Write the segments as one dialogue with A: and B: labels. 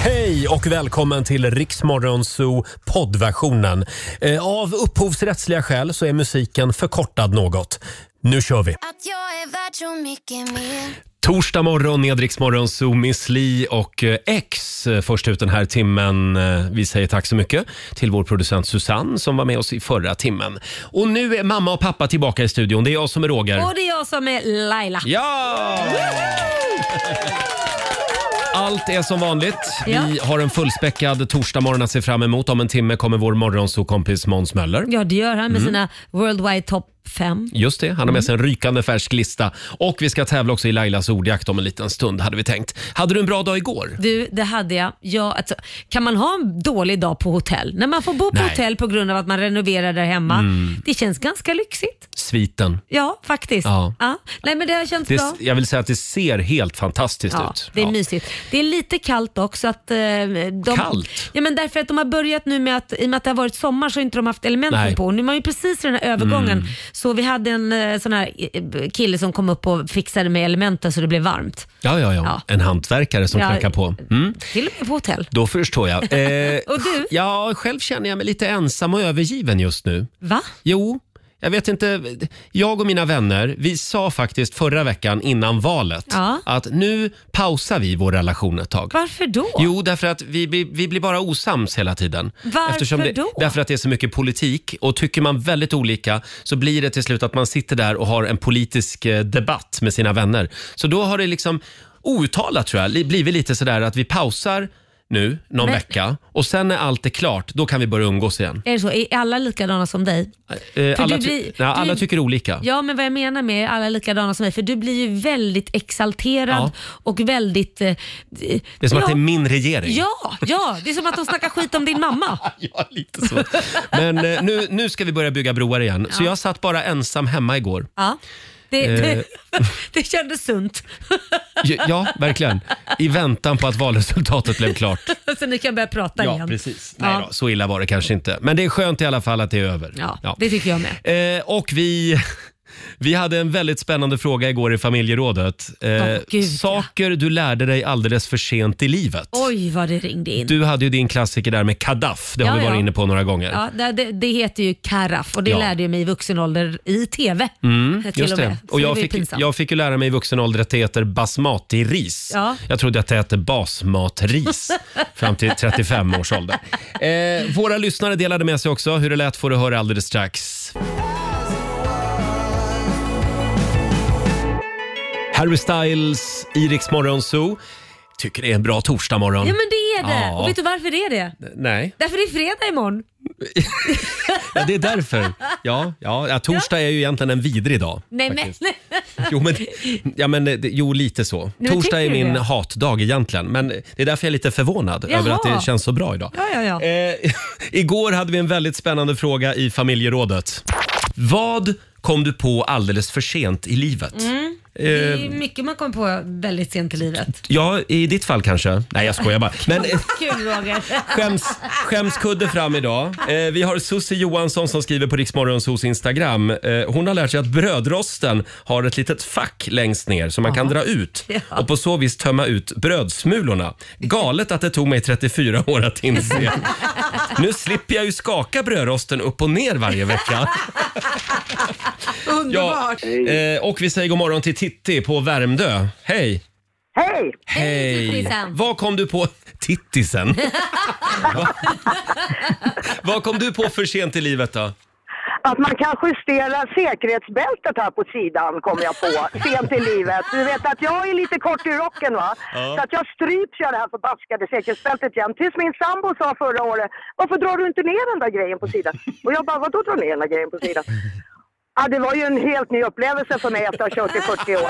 A: Hej och välkommen till Riksmorgonzoo poddversionen. Eh, Av upphovsrättsliga skäl så är musiken förkortad något. Nu kör vi!
B: Att jag är värd så mycket mer
A: Torsdag morgon med Riksmorgonzoo, Miss Li och eh, X eh, först ut den här timmen. Eh, Vi säger tack så mycket till vår producent Susanne som var med oss i förra timmen. Och nu är mamma och pappa tillbaka i studion. Det är jag som är Roger.
C: Och det är jag som är Laila.
A: Ja! Allt är som vanligt.
C: Ja.
A: Vi har en fullspäckad torsdagmorgon att se fram emot. Om en timme kommer vår morgonsokompis Måns Möller.
C: Ja, det gör han
A: Mm.
C: med sina Worldwide Top 5.
A: Just det, han har med sig en
C: Mm.
A: rykande färsk lista. Och vi ska tävla också i Lailas ordjakt om en liten stund, hade vi tänkt. Hade du en bra dag igår?
C: Du, det hade jag. Ja, alltså, kan man ha en dålig dag på hotell? När man får bo på
A: Nej. Mm.
C: hotell på grund av att man renoverar där hemma. Det känns ganska lyxigt.
A: Sviten.
C: Ja, faktiskt.
A: Ja.
C: Ja. Nej, men det har känts
A: Det,
C: bra.
A: jag vill säga att det ser helt fantastiskt
C: Ja,
A: ut.
C: det är
A: Ja.
C: mysigt. Det är lite kallt också. Att, eh, de,
A: Kallt?
C: Ja, men därför att de har börjat nu med att, i och med att det har varit sommar så har inte de haft elementen
A: Nej. Mm.
C: på. Nu är man ju precis i den här övergången. Så vi hade en eh, sån här eh, kille som kom upp och fixade med elementen så det blev varmt.
A: Ja, ja, ja,
C: Ja.
A: En hantverkare som
C: Ja.
A: knackar på. Mm.
C: Till och med på hotell.
A: Då förstår jag. Eh,
C: Och du?
A: Ja, själv känner jag mig lite ensam och övergiven just nu.
C: Va?
A: Jo, jag vet inte. Jag och mina vänner, vi sa faktiskt förra veckan innan valet
C: Ja.
A: att nu pausar vi vår relation ett tag.
C: Varför då?
A: Jo, därför att vi, vi, vi blir bara osams hela tiden.
C: Varför
A: det,
C: då?
A: Därför att det är så mycket politik och tycker man väldigt olika så blir det till slut att man sitter där och har en politisk eh, debatt med sina vänner. Så då har det liksom outtalat tror jag li- blivit lite sådär att vi pausar nu någon
C: Men-
A: vecka och sen när allt är klart då kan vi börja umgås igen.
C: Är det så? Är alla likadana som dig?
A: Eh,
C: För
A: alla,
C: du
A: ty-
C: blir-
A: nej, alla
C: du-
A: tycker olika.
C: Ja, men vad jag menar med är alla likadana som mig, för du blir ju väldigt exalterad
A: Ja.
C: och väldigt... Eh,
A: Det är som att det är
C: ja,
A: min regering.
C: ja, ja, det är som att de snackar skit om din mamma.
A: Ja, lite så. Men eh, nu, nu ska vi börja bygga broar igen. Så jag satt bara ensam hemma igår.
C: Ja. Det, det, det kändes sunt.
A: J- Ja, verkligen. I väntan på att valresultatet blev klart.
C: Så ni kan börja prata igen.
A: Nej
C: Ja.
A: då, så illa var det kanske inte. Men det är skönt i alla fall att det är över.
C: Ja, det tycker jag med.
A: Eh, och vi... Vi hade en väldigt spännande fråga igår i familjerådet. Eh,
C: gud, ja.
A: saker du lärde dig alldeles för sent i livet.
C: Oj, vad det ringde in.
A: Du hade ju din klassiker där med kadaff. Det har
C: Ja,
A: vi varit
C: ja.
A: inne på några gånger.
C: Ja, det, det, det heter ju karaff och det
A: Ja.
C: lärde jag mig i vuxen ålder i TV. till
A: Just
C: och med.
A: det.
C: Så
A: Och jag,
C: var ju
A: fick,
C: pinsamt.
A: jag fick ju lära mig i vuxen ålder att det heter basmati-ris.
C: Ja.
A: Jag trodde att det hette basmatris fram till 35 års ålder. Eh, våra lyssnare delade med sig också. Hur det lät får du höra alldeles strax. Harry Styles, Iriks morgonzoo. Tycker det är en bra torsdagmorgon.
C: Ja, men det är det.
A: Ja.
C: Och vet du varför det är det?
A: Nej,
C: Därför det är fredag imorgon.
A: ja, det är därför. Ja, ja, ja, torsdag är ju egentligen en vidrig dag.
C: Nej, men,
A: faktiskt. Jo, men, ja, men, eh, det- jo lite så.
C: men
A: Torsdag är
C: tycker du
A: min
C: det?
A: hatdag egentligen, men det är därför jag är lite förvånad
C: Jaha.
A: över att det känns så bra idag.
C: Ja, ja, ja.
A: Eh, igår hade vi en väldigt spännande fråga i familjerådet. Vad kom du på alldeles för sent i livet?
C: Mm.
A: Eh,
C: det är ju mycket man kommer på väldigt sent i livet.
A: Ja, i ditt fall kanske. Nej, jag skojar bara. Men eh,
C: Kul Roger.
A: skäms, skämskudde fram idag. Eh, vi har Susie Johansson som skriver på Riksmorgonsos Instagram. Eh, hon har lärt sig att brödrosten har ett litet fack längst ner som man kan dra ut
C: Ja.
A: och på så vis tömma ut brödsmulorna. Galet att det tog mig 34 år att inse. Nu slipper jag ju skaka brödrosten upp och ner varje vecka.
C: Underbart.
A: eh, och vi säger god morgon till Titti på Värmdö. Hej!
D: Hej!
C: Hej,
A: Hej!
C: tittisen.
A: Vad kom du på... Tittisen? Va- Vad kom du på för sent i livet då?
D: Att man kan justera säkerhetsbältet här på sidan kom jag på sent i livet. Du vet att jag är lite kort i rocken va? Så att jag stryps jag det här förbaskade säkerhetsbältet igen. Tills min sambo sa förra året, varför drar du inte ner den där grejen på sidan? Och jag bara, vadå dra ner den där grejen på sidan? Ja, det var ju en helt ny upplevelse för mig efter att ha kört i 40 år.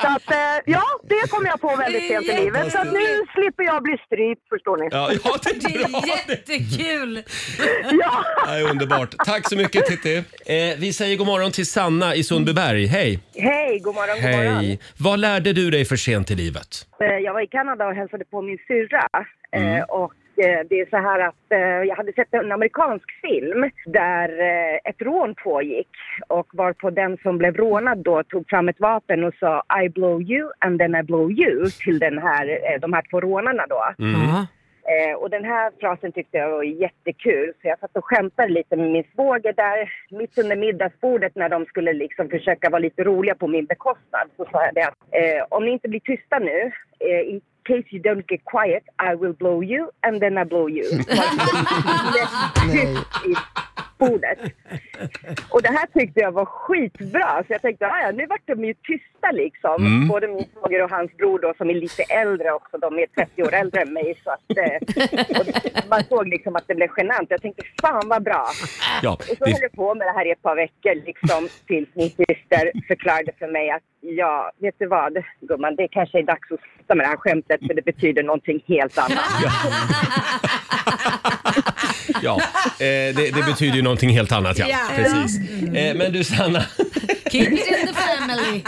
D: Så att, eh, ja, det kom jag på väldigt
C: Det är
D: sent i livet. Så att nu slipper jag bli strypt, förstår ni.
A: Ja, ja det
C: Det
A: är bra.
C: är jättekul.
D: Ja.
A: Det är underbart. Tack så mycket Titti. Eh, vi säger god morgon till Sanna i Sundbyberg. Hej!
E: Hej, god morgon, god morgon.
A: Hej! Vad lärde du dig för sent i livet?
E: Eh, Jag var i Kanada och hälsade på min syrra. Eh, Och eh, det är så här att eh, jag hade sett en amerikansk film där eh, ett rån pågick och var på den som blev rånad då tog fram ett vapen och sa I blow you and then I blow you till den här, eh, de här två rånarna då.
C: Ja.
D: Eh, och den här frasen tyckte jag var jättekul så jag satt och skämtade lite med min svåger där mitt under middagsbordet när de skulle liksom försöka vara lite roliga på min bekostnad så sa jag det att eh, om ni inte blir tysta nu eh, in case you don't get quiet I will blow you and then I blow you. I bordet. Och det här tyckte jag var skitbra så jag tänkte "Ah, ja nu vart de ju tysta liksom.
A: Mm.
D: Både min svåger och hans bror då som är lite äldre också, de är 30 år äldre än mig så att eh, och man såg liksom att det blev genant. Jag tänkte fan vad bra.
A: Ja,
D: Och så
A: det-
D: höll jag på med det här i ett par veckor liksom tills min syster förklarade för mig att ja, vet du vad gumman, det kanske är dags att sluta med det här skämtet för det betyder någonting helt annat.
A: ja. Eh, det, det betyder ju någonting helt annat. Ja.
C: Ja.
A: Precis. Eh, men du Sanna,
F: Kids in the family.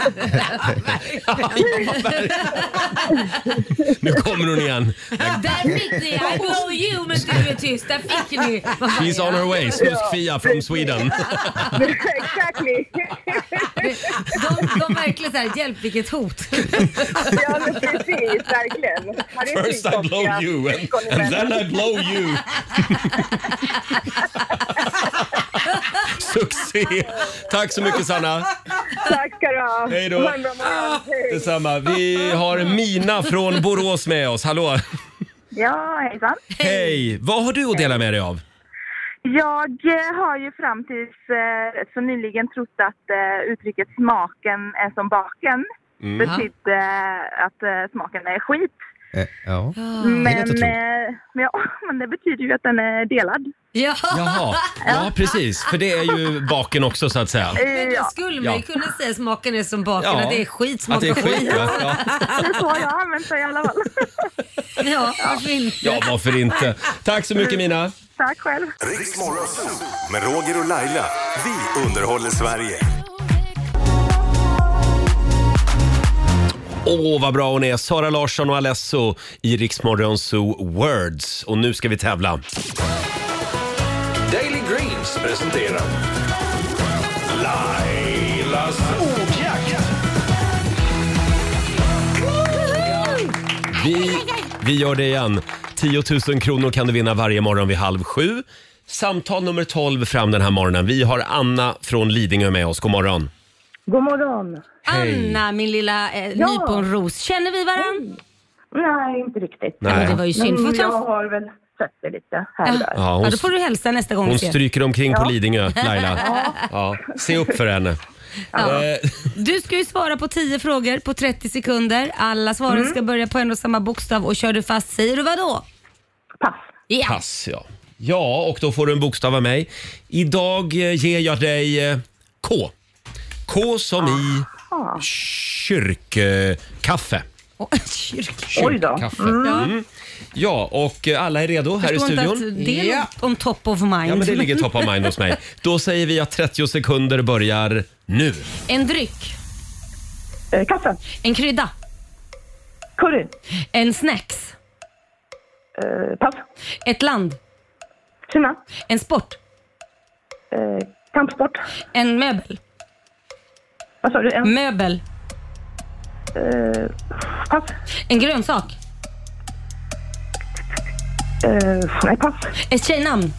A: nu kommer hon igen.
C: Där fick ni! I blow you men du är tyst. Där fick ni! Vad fan
A: She's
C: är
A: on
C: det?
A: her way, Snusk-Fia from Sweden.
D: exactly.
C: de, de verkligen såhär, hjälp vilket hot.
D: Ja, men precis, verkligen. Här är
A: First I blow
D: skitkonstiga
A: you and,
D: syskon i
A: and
D: världen.
A: then I blow you. Succé! Tack så mycket Sanna.
D: Tack ska du ha.
A: Hej då. Ah!
D: Ha en bra morgon. Hej.
A: Detsamma. Vi har Mina från Borås med oss. Hallå!
G: Ja, hejsan.
A: Hej! Vad har du att dela med dig av?
G: Jag eh, har ju fram tills eh, rätt så nyligen trott att eh, uttrycket smaken är som baken betydde eh, att eh, smaken är skit.
H: Eh, ja.
C: Ah.
G: Men,
C: Mm.
H: inte tro.
G: eh, men, ja, men det betyder ju att den är delad.
C: Ja,
A: Jaha, ja precis. För det är ju baken också så att säga.
G: Eh,
C: men då
G: ja,
C: skulle man ju
A: Ja.
C: kunna säga smaken är som baken,
A: Ja.
C: att det är skit
A: Att det är
C: smakar
A: skit ja. ja.
G: det är så jag har använt det i alla fall.
C: Ja, varför inte?
A: Ja, varför inte? Tack så mycket Mina.
G: Tack själv.
I: Riks Morgonzoo med Roger och Laila. Vi underhåller Sverige.
A: Åh, vad bra hon är! Sara Larsson och Alesso i Riksmorgon Zoo Words. Och nu ska vi tävla.
I: Daily Greens presenterar Lailas ordjakt.
A: Vi, vi gör det igen. 10 000 kronor kan du vinna varje morgon vid halv sju. Samtal nummer 12 fram den här morgonen. Vi har Anna från Lidingö med oss. God morgon.
J: God morgon.
C: Anna, min lilla eh, nyponros. Känner vi varandra?
G: Nej, inte riktigt.
C: Men det var ju synd. Får
G: jag
C: träffa-
G: har väl sett det lite här och där.
A: Ja,
C: Ja,
A: hon,
C: då får du hälsa nästa gång.
A: hon
C: ser jag.
A: stryker omkring på Lidingö, Laila. Ja, se upp för henne. Eh,
C: Du ska ju svara på 10 frågor på 30 sekunder. Alla svaren ska börja på en och samma bokstav och kör du fast säger du vad då?
G: Pass.
C: Ja.
A: pass, ja. Ja, och då får du en bokstav av mig. Idag eh, ger jag dig eh, K. K som i
G: Ah.
A: kyrkkaffe.
C: Och, kyrk.
G: Oj då.
A: Kyrkkaffe. Mm. Ja, och eh, alla är redo här i
C: Förstår inte
A: studion.
C: att det är något om top of mind.
A: Ja, men det ligger top of mind hos mig. Då säger vi att 30 sekunder börjar nu.
C: En dryck,
G: Eh, Kaffe.
C: en krydda,
G: Curry.
C: en snacks,
G: Eh, Pass.
C: ett land,
G: Kina.
C: en sport,
G: Eh, Kampsport.
C: en möbel.
G: Vad sa du? En,
C: Möbel, Mm.
G: eh, pass.
C: en grönsak,
G: Eh, nej, pass.
C: ett tjejnamn,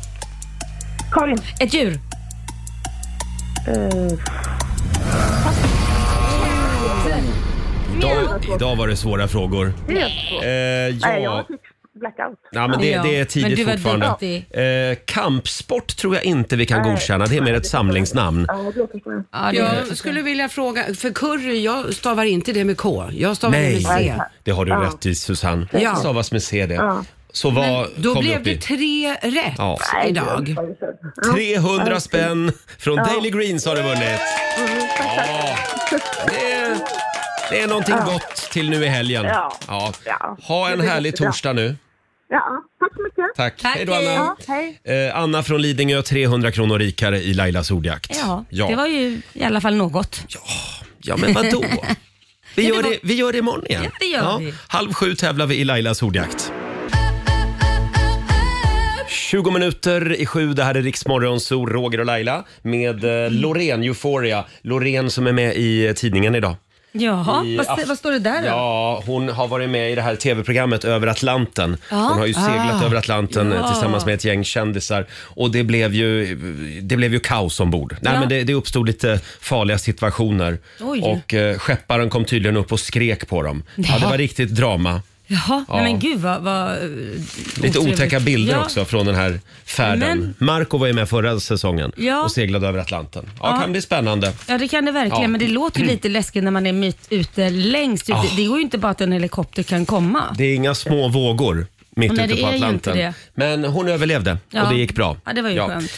G: Karin.
C: ett djur.
G: Eh,
A: Idag, idag var det svåra frågor. Eh,
G: nej,
A: ja.
G: jag fick blackout.
A: Ja, men det,
C: Ja.
A: det är
C: Men
A: tidigt
C: du var
A: fortfarande.
C: duktig.
A: Eh, kampsport tror jag inte vi kan godkänna. Det är mer ett samlingsnamn.
G: Ja, det låter som-
C: Ja, det är-
F: Jag skulle vilja fråga, för curry, jag stavar inte det med K. Jag stavar det
A: Nej,
F: med C.
A: det har du rätt i Susanne.
F: Ja.
A: Det stavas med C det. Så vad
F: Då
A: kom du
F: blev
A: upp
F: det
A: i?
F: tre rätt
A: Ja.
F: idag.
A: 300 spänn från Daily Greens har du vunnit.
G: Mm,
A: Ja. Det, är, det är någonting gott till nu i helgen.
G: Ja.
A: Ja.
G: Ja.
A: Ha en
G: Det blir
A: härlig
G: jättebra.
A: torsdag nu.
G: Ja, tack så mycket.
A: Tack.
C: Tack,
A: hej då
C: hej.
A: Anna.
G: Ja, hej.
A: Eh, Anna från Lidingö, 300 kronor rikare i Lailas ordjakt.
C: Ja,
A: ja.
C: det var ju i alla fall något.
A: ja men vadå? Vi gör,
C: var-
A: det, vi gör det imorgon igen.
C: Ja, det gör vi.
A: Halv sju tävlar vi i Lailas ordjakt. 20 minuter i sju, det här är Riksmorgon, så Roger och Laila med eh, Loreen Euphoria. Loreen som är med i eh, tidningen idag.
K: Jaha,
A: i
K: vad,
A: Aft-
K: vad står det där då?
A: Ja, hon har varit med i det här tv-programmet Över Atlanten.
K: Ja.
A: Hon har ju seglat
K: Ah.
A: över Atlanten eh,
K: Ja.
A: tillsammans med ett gäng kändisar och det blev ju, det blev ju kaos ombord. Nej,
K: Ja.
A: men det, det uppstod lite farliga situationer
K: Oj.
A: och eh, skepparen kom tydligen upp och skrek på dem. Ja, det var riktigt drama.
K: Jaha,
A: Ja.
K: Nej, men gud vad, vad eh,
A: Lite
K: otrevligt.
A: otäcka bilder
K: ja.
A: också från den här färden. Marco var ju med förra säsongen
K: Ja.
A: och seglade över Atlanten. Ja,
K: Ja.
A: kan bli spännande.
C: Ja det kan det verkligen,
A: Ja.
C: men det låter ju lite läskigt när man är mitt ute längst ut.
A: Ah.
C: Det går ju inte bara att en helikopter kan komma.
A: Det är inga små vågor mitt
C: Nej,
A: ute
C: det
A: på
C: är ju
A: Atlanten.
C: inte det.
A: Men hon överlevde och
C: Ja.
A: det gick bra.
C: Ja, det var ju skönt.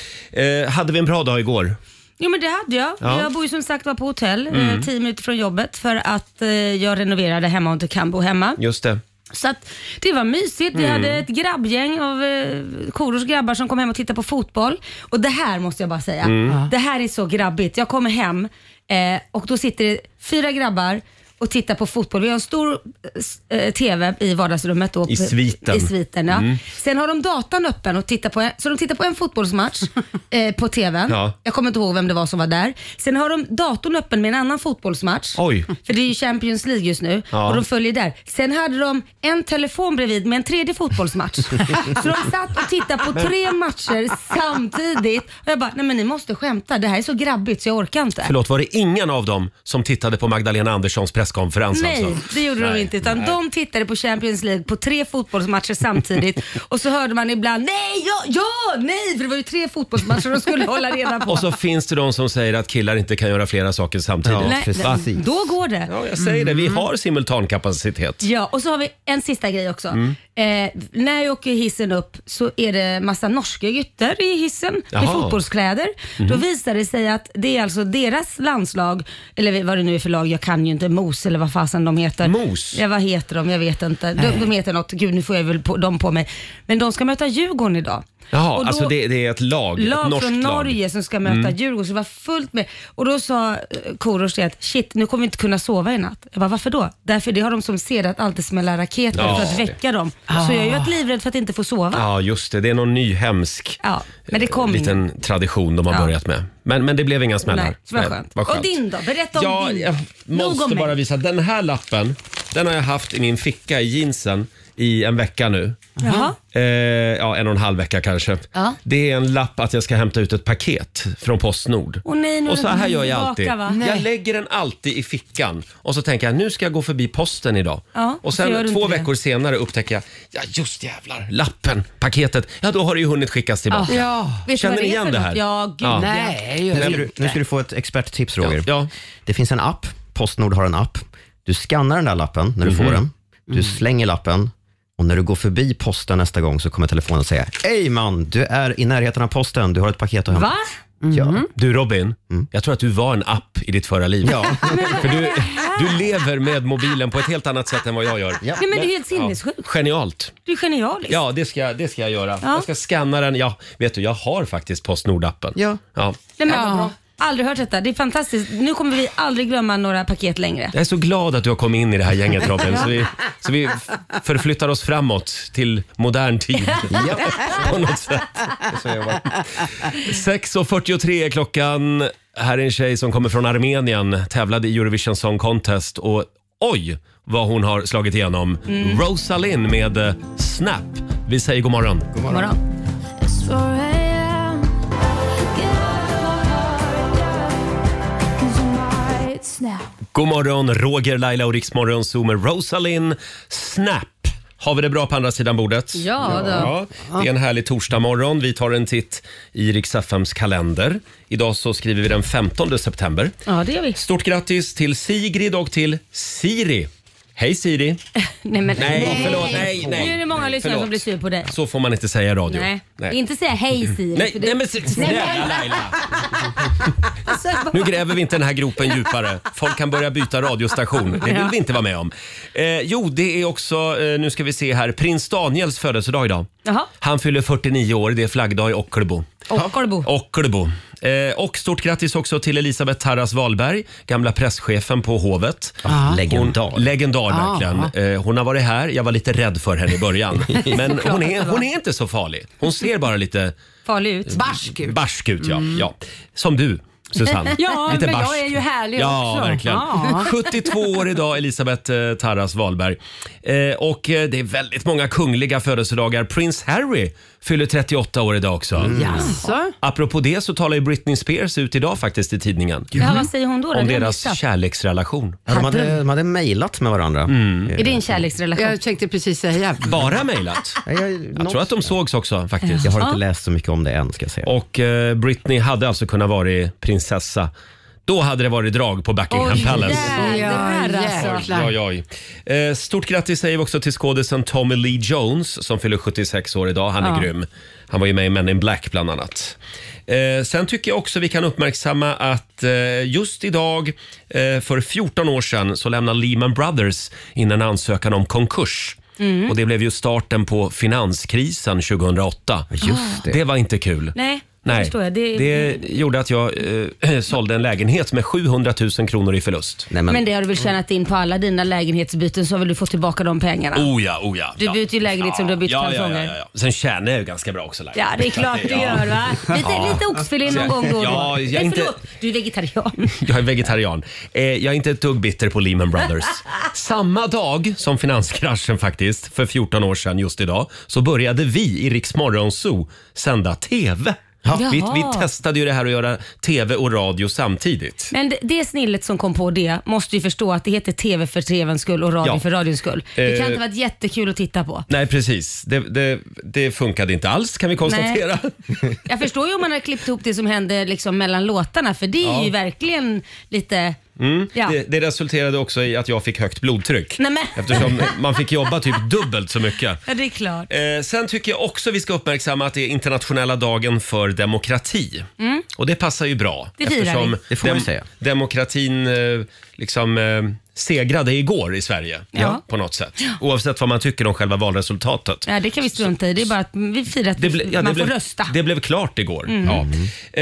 A: Eh, hade vi en bra dag igår?
C: Jo men det hade jag.
A: Ja.
C: Jag bor ju som sagt var på hotell, mm. tio minuter från jobbet för att eh, jag renoverade hemma och inte kan bo hemma.
A: Just det.
C: Så att det var mysigt.
A: Mm.
C: Vi hade ett grabbgäng av eh, Korors grabbar som kom hem och tittade på fotboll. Och det här måste jag bara säga.
A: Mm.
C: Det här är så grabbigt. Jag kommer hem eh, och då sitter det fyra grabbar och tittar på fotboll. Vi har en stor eh, TV i vardagsrummet. Då,
A: I sviten. Mm.
C: I sviten ja. Sen har de datan öppen och tittar på en, så de tittar på en fotbollsmatch eh, på TVn.
A: Ja.
C: Jag kommer inte ihåg vem det var som var där. Sen har de datorn öppen med en annan fotbollsmatch.
A: Oj.
C: För det är ju Champions League just nu
A: Ja.
C: och de följer där. Sen hade de en telefon bredvid med en tredje fotbollsmatch. så de satt och tittade på tre matcher samtidigt. Och jag bara, nej men ni måste skämta. Det här är så grabbigt så jag orkar inte.
A: Förlåt, var det ingen av dem som tittade på Magdalena Anderssons presskonferens?
C: Nej,
A: Alltså?
C: det gjorde de
A: Nej,
C: inte. Utan
A: nej.
C: de tittade på Champions League på tre fotbollsmatcher samtidigt. och så hörde man ibland, nej, ja, ja, nej. För det var ju tre fotbollsmatcher de skulle hålla reda på.
A: Och så finns det de som säger att killar inte kan göra flera saker samtidigt.
C: nej,
A: Va?
C: då Mm. går det.
A: Ja, jag säger det. Vi har simultankapacitet.
C: Ja, och så har vi en sista grej också.
A: Mm.
C: Eh, när jag åker hissen upp så är det massa norska gytter i hissen med
A: Jaha. Mhm.
C: fotbollskläder. Då visar det sig att det är alltså deras landslag, eller vad det nu är för lag, jag kan ju inte, Mos eller vad fasen de heter.
A: Mos?
C: Ja, vad heter de? Jag vet inte. De, de heter något, gud nu får jag väl på, dem på mig. Men de ska möta Djurgården idag.
A: Jaha,
C: Och då-
A: alltså det, det är ett lag. ett
C: lag
A: norskt
C: från
A: lag. Mm.
C: Norge som ska möta Djurgården, så det var fullt med. Och då sa eh, Korosh det att shit, nu kommer vi inte kunna sova i natt. Jag bara, varför då? Därför det har de som ser det att alltid smälla raketer
A: Ja.
C: för att väcka dem. Så jag är ju varit livrädd för att inte få sova. Ja,
A: Ja, just det. Det är någon ny hemsk eh,
C: men det kom
A: liten tradition de har
C: Ja.
A: börjat med. Men, men det blev inga smällar.
C: Nej, så vad
A: Nej,
C: skönt.
A: vad
C: Och din då? Berätta om
A: ja,
C: din.
A: Jag
C: Nog om
A: måste
C: mig.
A: bara visa. Den här lappen, den har jag haft i min ficka i jeansen i en vecka nu.
C: Jaha.
A: Eh, ja, en och en halv vecka kanske.
C: Ja.
A: Det är en lapp att jag ska hämta ut ett paket från Postnord.
C: Åh, nej, nu
A: och så
C: har den
A: här gör
C: kommit
A: jag alltid.
C: tillbaka, va? Nej.
A: Jag lägger den alltid i fickan och så tänker jag nu ska jag gå förbi posten idag.
C: Ja,
A: och
C: så gör
A: sen
C: du
A: två
C: inte det.
A: veckor senare upptäcker jag, ja just jävlar, lappen, paketet, ja då har det ju hunnit skickas tillbaka.
I: Ja.
C: Vet du
A: Känner
C: vad
A: ni
C: är
A: igen
C: för
A: det
C: något?
A: här?
C: Ja, gud
A: Ja.
C: ja.
I: Nej,
L: Nu
I: jag vet
L: ska, du,
I: inte.
L: nu ska du få ett experttips Roger.
A: Ja.
L: Det finns en app, Postnord har en app. Du skannar den där lappen när du
F: Mhm.
L: får den.
F: Mm.
L: Du slänger lappen och när du går förbi posten nästa gång så kommer telefonen säga Hej man, du är i närheten av posten. Du har ett paket att hämta.
C: Va?
L: Ja.
C: Mm.
A: Du Robin, jag tror att du var en app i ditt förra liv.
L: Mm. Ja.
A: För du, du lever med mobilen på ett helt annat sätt än vad jag gör.
L: Ja.
C: Nej men det är helt
A: Ja.
C: sinnessjukt.
A: Genialt.
C: Du är genialisk.
A: Ja, det ska, jag- det ska jag göra. Jag ska scanna den. Ja, vet du, jag har faktiskt Postnord-appen.
L: Ja.
A: Ja.
C: Nej, men, Aldrig hört detta. Det är fantastiskt. Nu kommer vi aldrig glömma några paket längre.
A: Jag är så glad att du har kommit in i det här gänget Robin, så vi, så vi f- förflyttar oss framåt till modern tid. På något sätt.
L: Så jag bara,
A: 6.43 är klockan. Här är en tjej som kommer från Armenien, tävlade i Eurovision Song Contest och oj vad hon har slagit igenom. Rosalind med eh, Snap. Vi säger god morgon.
C: God morgon.
B: It's 4 a.m. Get out of my heart, yeah. 'Cause you might snap.
A: God morgon, Roger, Laila och Riksmorgon Zoo med Rosalind Snap. Har vi det bra på andra sidan bordet?
C: Ja, då.
A: Ja, det är en härlig torsdagmorgon. Vi tar en titt i Rix FMs kalender. Idag så skriver vi den 15 september.
C: Ja, det gör vi.
A: Stort grattis till Sigrid och till Siri. Hej Siri!
C: Nej, men,
A: Nej, förlåt. Nej, nej.
C: Nu är det många lyssnare
A: Förlåt.
C: som blir sur på dig.
A: Så får man inte säga i radio.
C: Nej.
A: Nej. Mm.
C: Inte säga hej Siri.
A: Nej,
C: för det-
A: nej men Alltså, s- snälla Laila! Nu gräver vi inte den här gropen djupare. Folk kan börja byta radiostation. Det vill vi inte vara med om. Eh, jo, det är också, eh, nu ska vi se här, prins Daniels födelsedag idag.
C: Jaha.
A: Han fyller 49 år, det är flaggdag i Ockelbo.
C: Och Korbo.
A: Ockelbo. Eh, och stort grattis också till Elisabeth Tarras Wahlberg, gamla presschefen på hovet.
L: Legendar.
A: Hon, legendar verkligen. Eh, hon har varit här, jag var lite rädd för henne i början. Men hon är, hon är inte så farlig. Hon ser bara lite
C: Farlig ut.
I: Barsk ut.
A: barsk ut. Ja. Ja. Som du. Susanne.
I: Mm. Ja,
A: Lite
I: men jag
A: barsk.
I: är ju härlig
A: ja,
I: också.
A: Verkligen.
I: Ja.
A: 72 år idag, Elisabeth eh, Tarras Wahlberg. Eh, och eh, det är väldigt många kungliga födelsedagar. Prins Harry fyller 38 år idag också.
I: Mm.
L: Mm.
I: Jaså?
A: Apropå det så talar ju Britney Spears ut idag faktiskt i tidningen.
C: Ja, vad säger hon då? Det
A: Om
C: har jag
A: deras
C: missat.
A: kärleksrelation.
L: Ja, de hade- de hade mejlat med varandra.
C: Är det en kärleksrelation?
I: Jag tänkte precis säga.
A: Bara mejlat. Jag tror att de sågs också faktiskt.
L: Jag har inte läst så mycket om det än ska jag säga.
A: Och eh, Britney hade alltså kunnat vara prinsessa. Då hade det varit drag på Buckingham
C: Oj,
A: Palace.
C: jädrar alltså.
I: jäklar.
A: Oj, oj, oj. Eh, Stort grattis säger vi också till skådisen Tommy Lee Jones som fyller 76 år idag. Han är
C: Ja.
A: grym. Han var ju med i Men in Black bland annat. Eh, sen tycker jag också vi kan uppmärksamma att eh, just idag eh, för 14 år sedan så lämnade Lehman Brothers in en ansökan om konkurs.
C: Mm.
A: Och det blev ju starten på finanskrisen 2008.
L: Just det.
A: Det var inte kul.
C: Nej, det
A: Nej,
C: förstår jag. Det,
A: det gjorde att jag eh, sålde en lägenhet med 700 000 kronor i förlust.
L: Nej, men,
C: men det har du väl tjänat in på alla dina lägenhetsbyten så har väl du fått tillbaka de pengarna?
A: Oh ja, oh ja.
C: Du
A: ja.
C: byter ju lägenhet som du har bytt
A: ja, ja, ja,
C: kalsonger.
A: ja, ja. Sen tjänar jag ju ganska bra också. Laila.
C: Ja, det är klart du gör va? Lite, lite oxfilé någon gång då och då.
A: Ja, jag är
C: Nej,
A: inte-
C: förlåt. Du är vegetarian.
A: Jag är vegetarian. Eh, jag är inte ett dugg bitter på Lehman Brothers. Samma dag som finanskraschen faktiskt, för 14 år sedan just idag, så började vi i Rix Morgon Zoo sända TV. Vi,
C: Jaha.
A: vi testade ju det här att göra TV och radio samtidigt.
C: Men det, det snillet som kom på det måste ju förstå att det heter TV för TVns skull och radio
A: Ja.
C: för radions skull. Det kan
A: Eh.
C: inte ha varit jättekul att titta på.
A: Nej, precis. Det, det, det funkade inte alls kan vi konstatera.
C: Jag förstår ju om man har klippt ihop det som hände liksom mellan låtarna för det är ju verkligen lite... Ja.
A: Mm. Det, det resulterade också i att jag fick högt blodtryck.
C: Nej, men.
A: Eftersom man fick jobba typ dubbelt så mycket.
C: ja, det är klart.
A: Eh, sen tycker jag också vi ska uppmärksamma att det är internationella dagen för demokrati. Och det passar ju bra.
C: Mm. Det firar vi.
L: Det får man
A: dem-
L: säga.
A: demokratin eh, liksom eh, segrade igår i Sverige.
C: Ja.
A: På något sätt. Oavsett vad man tycker om själva valresultatet.
C: Ja, det kan vi strunta i. Det är bara att vi firar att
A: Det ble- ja,
C: man
A: det
C: får
A: blev,
C: rösta. Mm.
A: Det blev klart igår. Ja.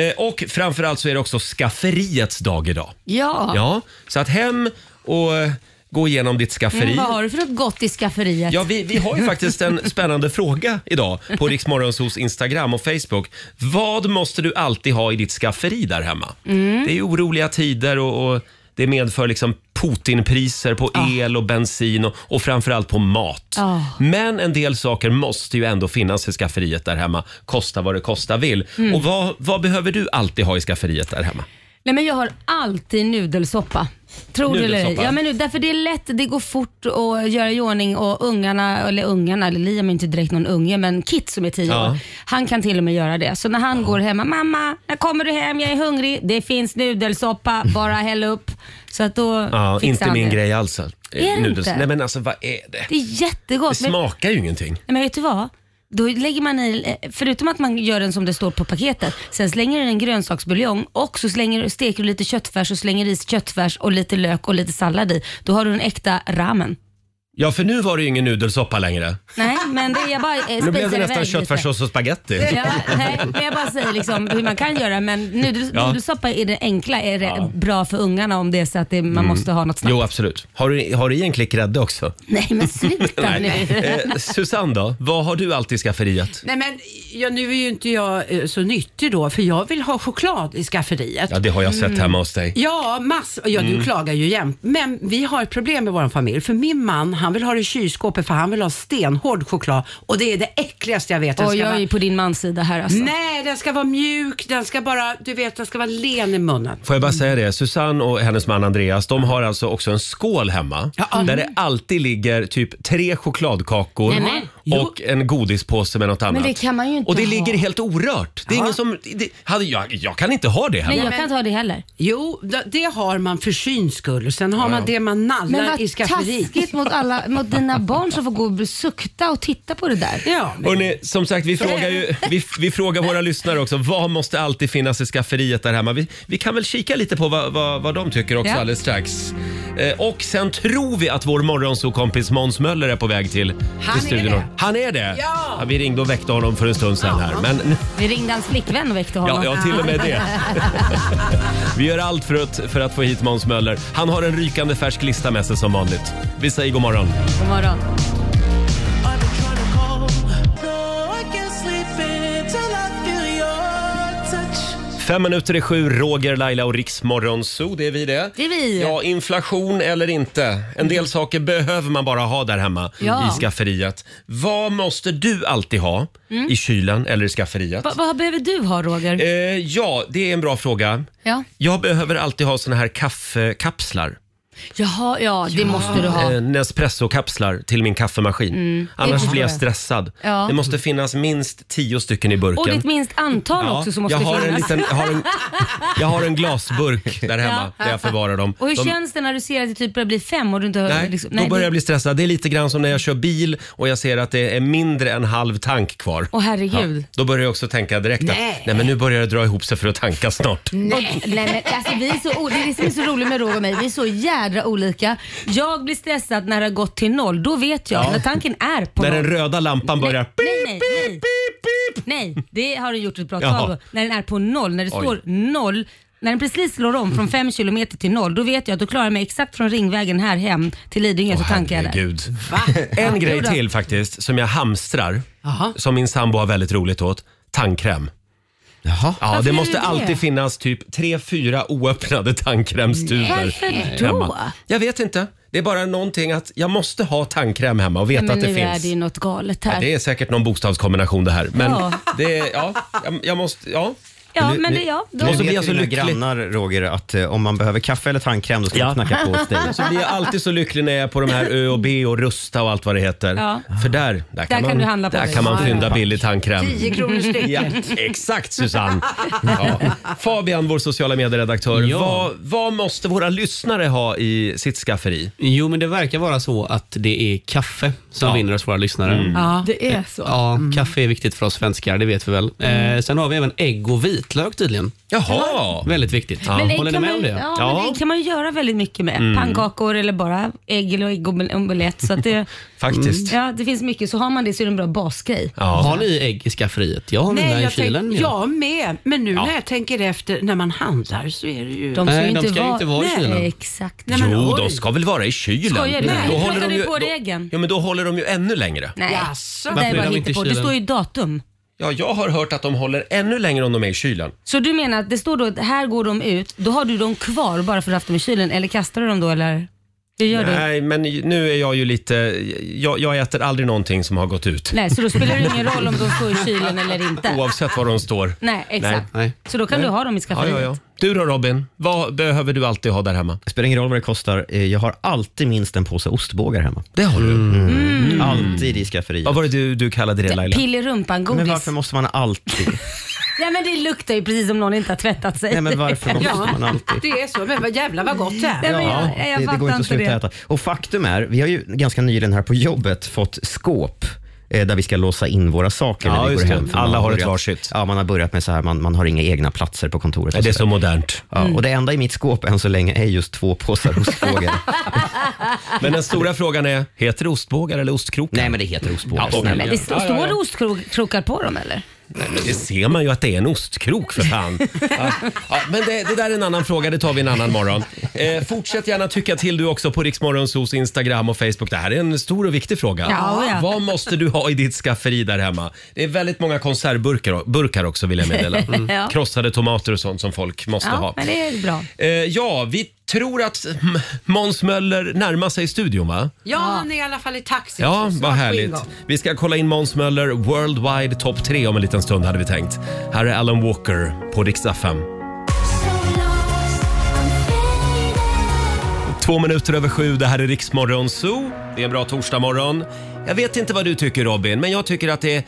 A: Eh, och framförallt så är det också skafferiets dag idag.
C: Ja.
A: Ja, så att hem och eh, gå igenom ditt skafferi.
C: Vad har du för något gott i skafferiet?
A: Ja, vi, vi har ju faktiskt en spännande fråga idag på Riksmorgonsos Instagram och Facebook. Vad måste du alltid ha i ditt skafferi där hemma?
C: Mm.
A: Det är ju oroliga tider och, och det medför liksom Putinpriser på el och bensin och, och framförallt på mat.
C: Ah.
A: Men en del saker måste ju ändå finnas i skafferiet där hemma, kosta vad det kosta vill.
C: Mm.
A: Och vad, vad behöver du alltid ha i skafferiet där hemma?
C: Nej men jag har alltid nudelsoppa. Tror du eller ej?
A: Nudelsoppa?
C: Ja, men nu, därför det är lätt, det går fort att göra i ordning och ungarna, eller ungarna, eller Liam är inte direkt någon unge, men Kit som är tio
A: Ja.
C: år, han kan till och med göra det. Så när han går hemma, mamma, när kommer du hem? Jag är hungrig. Det finns nudelsoppa, bara häll upp. Så att då
A: Ja,
C: fixar
A: inte
C: han
A: min
C: det.
A: grej alls. Är
C: det inte?
A: Nej men alltså vad är det?
C: Det är
A: Det
C: jättegott. men-
A: smakar ju ingenting.
C: Nej, Men vet du vad? Då lägger man i, eh, förutom att man gör den som det står på paketet, sen slänger du i en grönsaksbuljong och så slänger, steker du lite köttfärs och slänger i köttfärs och lite lök och lite sallad i. Då har du en äkta ramen.
A: Ja, för nu var det ju ingen nudelsoppa längre.
C: Nej, men det, jag bara eh,
A: Nu
C: spisar
A: blev det nästan
C: iväg lite.
A: köttfärssås och spagetti.
C: Ja, nej, men jag bara säger liksom hur man kan göra, men nudel,
A: Ja.
C: nudelsoppa är det enkla, är det bra för ungarna om det är så att det, man måste ha något snabbt.
A: Mm. Jo, absolut. Har du, har du i en klick grädde också?
C: Nej men sluta nu.
A: Eh, Susanne då, vad har du alltid i skafferiet?
I: Nej men ja, nu är ju inte jag eh, så nyttig då för jag vill ha choklad i skafferiet.
A: Ja, det har jag
C: Mm.
A: sett hemma hos dig.
I: Ja, massor. Ja,
L: Mm.
I: du klagar ju jämt. Men vi har ett problem med vår familj. För min man, han vill ha det i kylskåpet för han vill ha stenhård choklad. Och det är det äckligaste jag vet. Den
C: Och
I: ska
C: jag är
I: vara...
C: ju på din mans sida här alltså.
I: Nej, den ska vara mjuk. Den ska bara, du vet, den ska vara len i munnen.
A: Får jag bara säga det, Susanne och hennes man Andreas, de har alltså också en skål hemma
I: Ja, mm.
A: där det alltid ligger typ tre chokladkakor
C: Nej, men.
A: och en godispåse med något annat.
C: det kan man ju inte
A: Och det
C: ha.
A: ligger helt orört. Det är ingen som... Det, hade, jag, jag kan inte ha det
C: Nej
A: hemma.
C: jag kan inte ha det heller.
I: Jo, d- det har man för syns skull. Sen har man det man
C: Men
I: nallar i
C: vad
I: skafferiet.
C: taskigt mot, alla, mot dina barn som får gå och sukta och titta på det där.
I: Ja, men-
A: Hörrni, som sagt, vi frågar, ju, vi, vi frågar våra lyssnare också. Vad måste alltid finnas i skafferiet där hemma? Vi, vi kan väl kika lite på vad, vad, vad de tycker också
C: Ja.
A: alldeles strax. Eh, och sen tror vi att vår morgonsokompis Måns Möller är på väg till,
I: Han
A: till
I: är
A: studion.
I: det.
A: Han är det!
I: Ja.
A: vi ringde och väckte honom för en stund sedan här. Men,
C: Vi ringde hans flickvän och väckte honom.
A: ja, ja, till och med det. vi gör allt för att, för att få hit Måns Möller. Han har en rykande färsk lista med sig som vanligt. Vi säger god morgon.
C: God morgon.
A: Fem minuter i sju, Roger, Laila och Riksmorgon Zoo, det är vi det.
C: Det är vi. Mm.
A: Ja, inflation eller inte. En del saker behöver man bara ha där hemma
C: Ja.
A: i skafferiet. Vad måste du alltid ha
C: Mm.
A: i kylen eller i skafferiet?
C: Va, vad behöver du ha Roger?
A: Eh, ja, det är en bra fråga.
C: Ja.
A: Jag behöver alltid ha såna här kaffekapslar.
C: Jaha, ja det måste du ha.
A: Eh, Nespresso-kapslar till min kaffemaskin.
C: Mm.
A: Annars
C: Det-
A: blir jag stressad.
C: Ja.
A: Det måste finnas minst tio stycken i burken.
C: Och ditt minst antal
A: Ja,
C: också som måste
A: jag har en
C: finnas.
A: liten- jag har en- Jag har en glasburk där hemma
C: Ja.
A: där jag förvarar dem.
C: Och hur
A: de,
C: känns det när du ser att det typ börjar bli fem och du inte
A: Nej,
C: liksom,
A: då börjar
C: det-
A: jag bli stressad. Det är lite grann som när jag kör bil och jag ser att det är mindre än halv tank kvar.
C: Åh herregud.
A: då börjar jag också tänka direkt att nej.
C: Nej.
A: men nu börjar det dra ihop sig för att tanka snart.
C: Nej, nej men alltså vi är så, o- det är det som är så roligt med Roger och mig. Vi är så jädra olika. Jag blir stressad när det har gått till noll. Då vet jag,
A: Ja.
C: när tanken är på
A: När
C: noll.
A: den röda lampan börjar...
C: Nej, nej, nej. nej, det har du gjort ett bra
A: Jaha.
C: tag. När den är på noll, när det
A: Oj.
C: står noll. När den precis slår om från 5 kilometer till noll, då vet jag att då klarar jag mig exakt från Ringvägen här hem till Lidingö så tankar jag där.
A: Herregud. En grej
C: Jodå.
A: till faktiskt som jag hamstrar, som min sambo har väldigt roligt åt. Tandkräm. Ja,
C: Varför
A: det
C: gör
A: måste
C: du det?
A: alltid finnas typ tre, fyra oöppnade tandkrämstuber
C: Varför då?
A: hemma. Jag vet inte. Det är bara någonting att jag måste ha tandkräm hemma och veta
C: men
A: att det
C: nu är
A: finns.
C: det ju något galet
A: Ja,
C: här.
A: det är säkert någon bokstavskombination det här. Men
C: Ja.
A: det är, ja, jag, jag måste, ja.
C: Ja,
L: Nu-
C: men
L: nu-
C: det, ja.
L: Nu
C: Då,
L: vet
A: blir
L: ju
A: jag så
L: dina
A: lycklig.
L: grannar, Roger, att eh, om man behöver kaffe eller tandkräm då ska man knacka på hos dig.
A: Så
C: Ah.
A: blir jag alltid så lycklig när jag är på de här Ö och B och Rusta och allt vad det heter.
C: Ja.
A: För där, där,
C: kan
A: man,
C: du handla på
A: där
C: dig.
A: kan man
C: Ja, ja.
A: fynda billig tandkräm.
I: 10 kronor styck.
A: Ja, exakt Susanne! Ja. Fabian, vår sociala medieredaktör.
M: Ja.
A: Vad, vad måste våra lyssnare ha i sitt skafferi?
M: Jo, men det verkar vara så att det är kaffe som vinner hos våra lyssnare.
L: Mm.
I: Ja.
K: Det är så.
M: Ja,
C: Mm.
M: kaffe är viktigt för oss svenskar, det vet vi väl. Eh, sen har vi även ägg och vitlök tydligen.
A: Jaha!
M: Väldigt viktigt.
C: Men ägg
M: Håller ni
C: kan
M: med
C: man,
M: om det? Mm.
C: Ja, Men ägg kan man ju göra väldigt mycket med. Pannkakor eller bara ägg eller äggomelett. Så att det,
A: Faktiskt.
C: ja, det finns mycket. Så har man det så är det en bra basgrej.
M: Har ni ägg i skafferiet? Jag har mina
I: Nej,
M: i
I: jag,
M: kylen.
I: tänk,
M: ja.
I: jag med. Men nu när jag tänker efter, när man handlar så är det ju...
C: De
M: Nej, de ska ju
C: vara-
M: inte vara i
C: Nej,
M: kylen.
C: Exakt.
I: Nej, men
A: jo,
I: oj.
A: de ska väl vara i kylen?
C: Skojar du? Nej.
A: Då håller
C: Plockar
A: de
C: du
A: ju,
C: på dig
A: då-
C: äggen?
A: Ja, men då håller de ju ännu längre.
C: Nej.
I: Jaså?
C: Det, där är
M: Varför är
C: bara
M: de
C: hittepå.
M: inte i
C: det
M: kylen?
C: står ju datum.
A: Ja, jag har hört att de håller ännu längre om de är i kylen.
C: Så du menar att det står då att här går de ut, då har du dem kvar bara för att du haft dem i kylen eller kastar du dem då eller? Du gör det?
A: Nej, men nu är jag ju lite... Jag, jag äter aldrig någonting som har gått ut.
C: Nej, så då spelar det ingen roll om de står i kylen eller inte.
A: Oavsett var de står.
C: Nej, exakt.
M: Nej.
C: Så då kan du ha dem i
A: Ja,
C: skafferiet.
A: ja, ja. Du då Robin, vad behöver du alltid ha där hemma?
L: Det spelar ingen roll vad det kostar. Eh, Jag har alltid minst en påse ostbågar hemma.
A: Det har du.
C: Mm.
L: Alltid i skafferiet.
A: Vad var det du, du kallade det Laila?
C: Pill i rumpan,
L: Men
C: godis.
L: varför måste man alltid?
C: Nej men det luktar ju precis som någon inte har tvättat sig.
L: Nej, men varför måste man alltid?
I: Det är så, men vad jävlar vad gott det är.
C: Nej, men
L: Ja,
C: jag, jag
L: det, det
C: fattar
L: går inte att
C: inte
L: sluta
C: det.
L: äta. Och faktum är, vi har ju ganska nyligen här på jobbet fått skåp eh, där vi ska låsa in våra saker
A: Ja,
L: när vi
A: just
L: går
A: det.
L: hem. För
A: Alla
L: man
A: har ett
L: börjat-
A: varsitt.
L: Ja, man har börjat med så här, man, man har inga egna platser på kontoret. och
A: Det är
L: så där.
A: så modernt.
L: Ja,
N: Mm.
L: och det enda i mitt skåp än så länge är just två påsar ostbågar.
A: Men den stora frågan är, heter det ostbågar eller ostkrokar?
L: Nej, men det heter ostbågar.
A: Ja,
L: snälla.
C: Men det står det ostkrokar på dem eller?
A: Men det ser man ju att det är en ostkrok för fan. Ja, ja, men det, det där är en annan fråga, det tar vi en annan morgon. Eh, fortsätt gärna tycka till du också på Riksmorgonsos Instagram och Facebook. Det här är en stor och viktig fråga.
C: Ja, ja.
A: Vad måste du ha i ditt skafferi där hemma? Det är väldigt många konservburkar burkar också vill jag meddela. Mm.
C: Ja.
A: Krossade tomater och sånt som folk måste
C: Ja,
A: ha.
C: men det är bra.
A: Eh, ja, vi tror att M- Måns Möller närmar sig studion va?
I: Ja, han är i alla fall i taxi.
A: Ja,
I: Snart
A: vad
I: på
A: härligt.
I: ingång.
A: Vi ska kolla in Måns Möller Worldwide Top 3 om en liten stund hade vi tänkt. Här är Alan Walker på Dix FM. Två minuter över sju, det här är Riksmorgon Zoo. Det är en bra torsdagmorgon. Jag vet inte vad du tycker Robin, men jag tycker att det är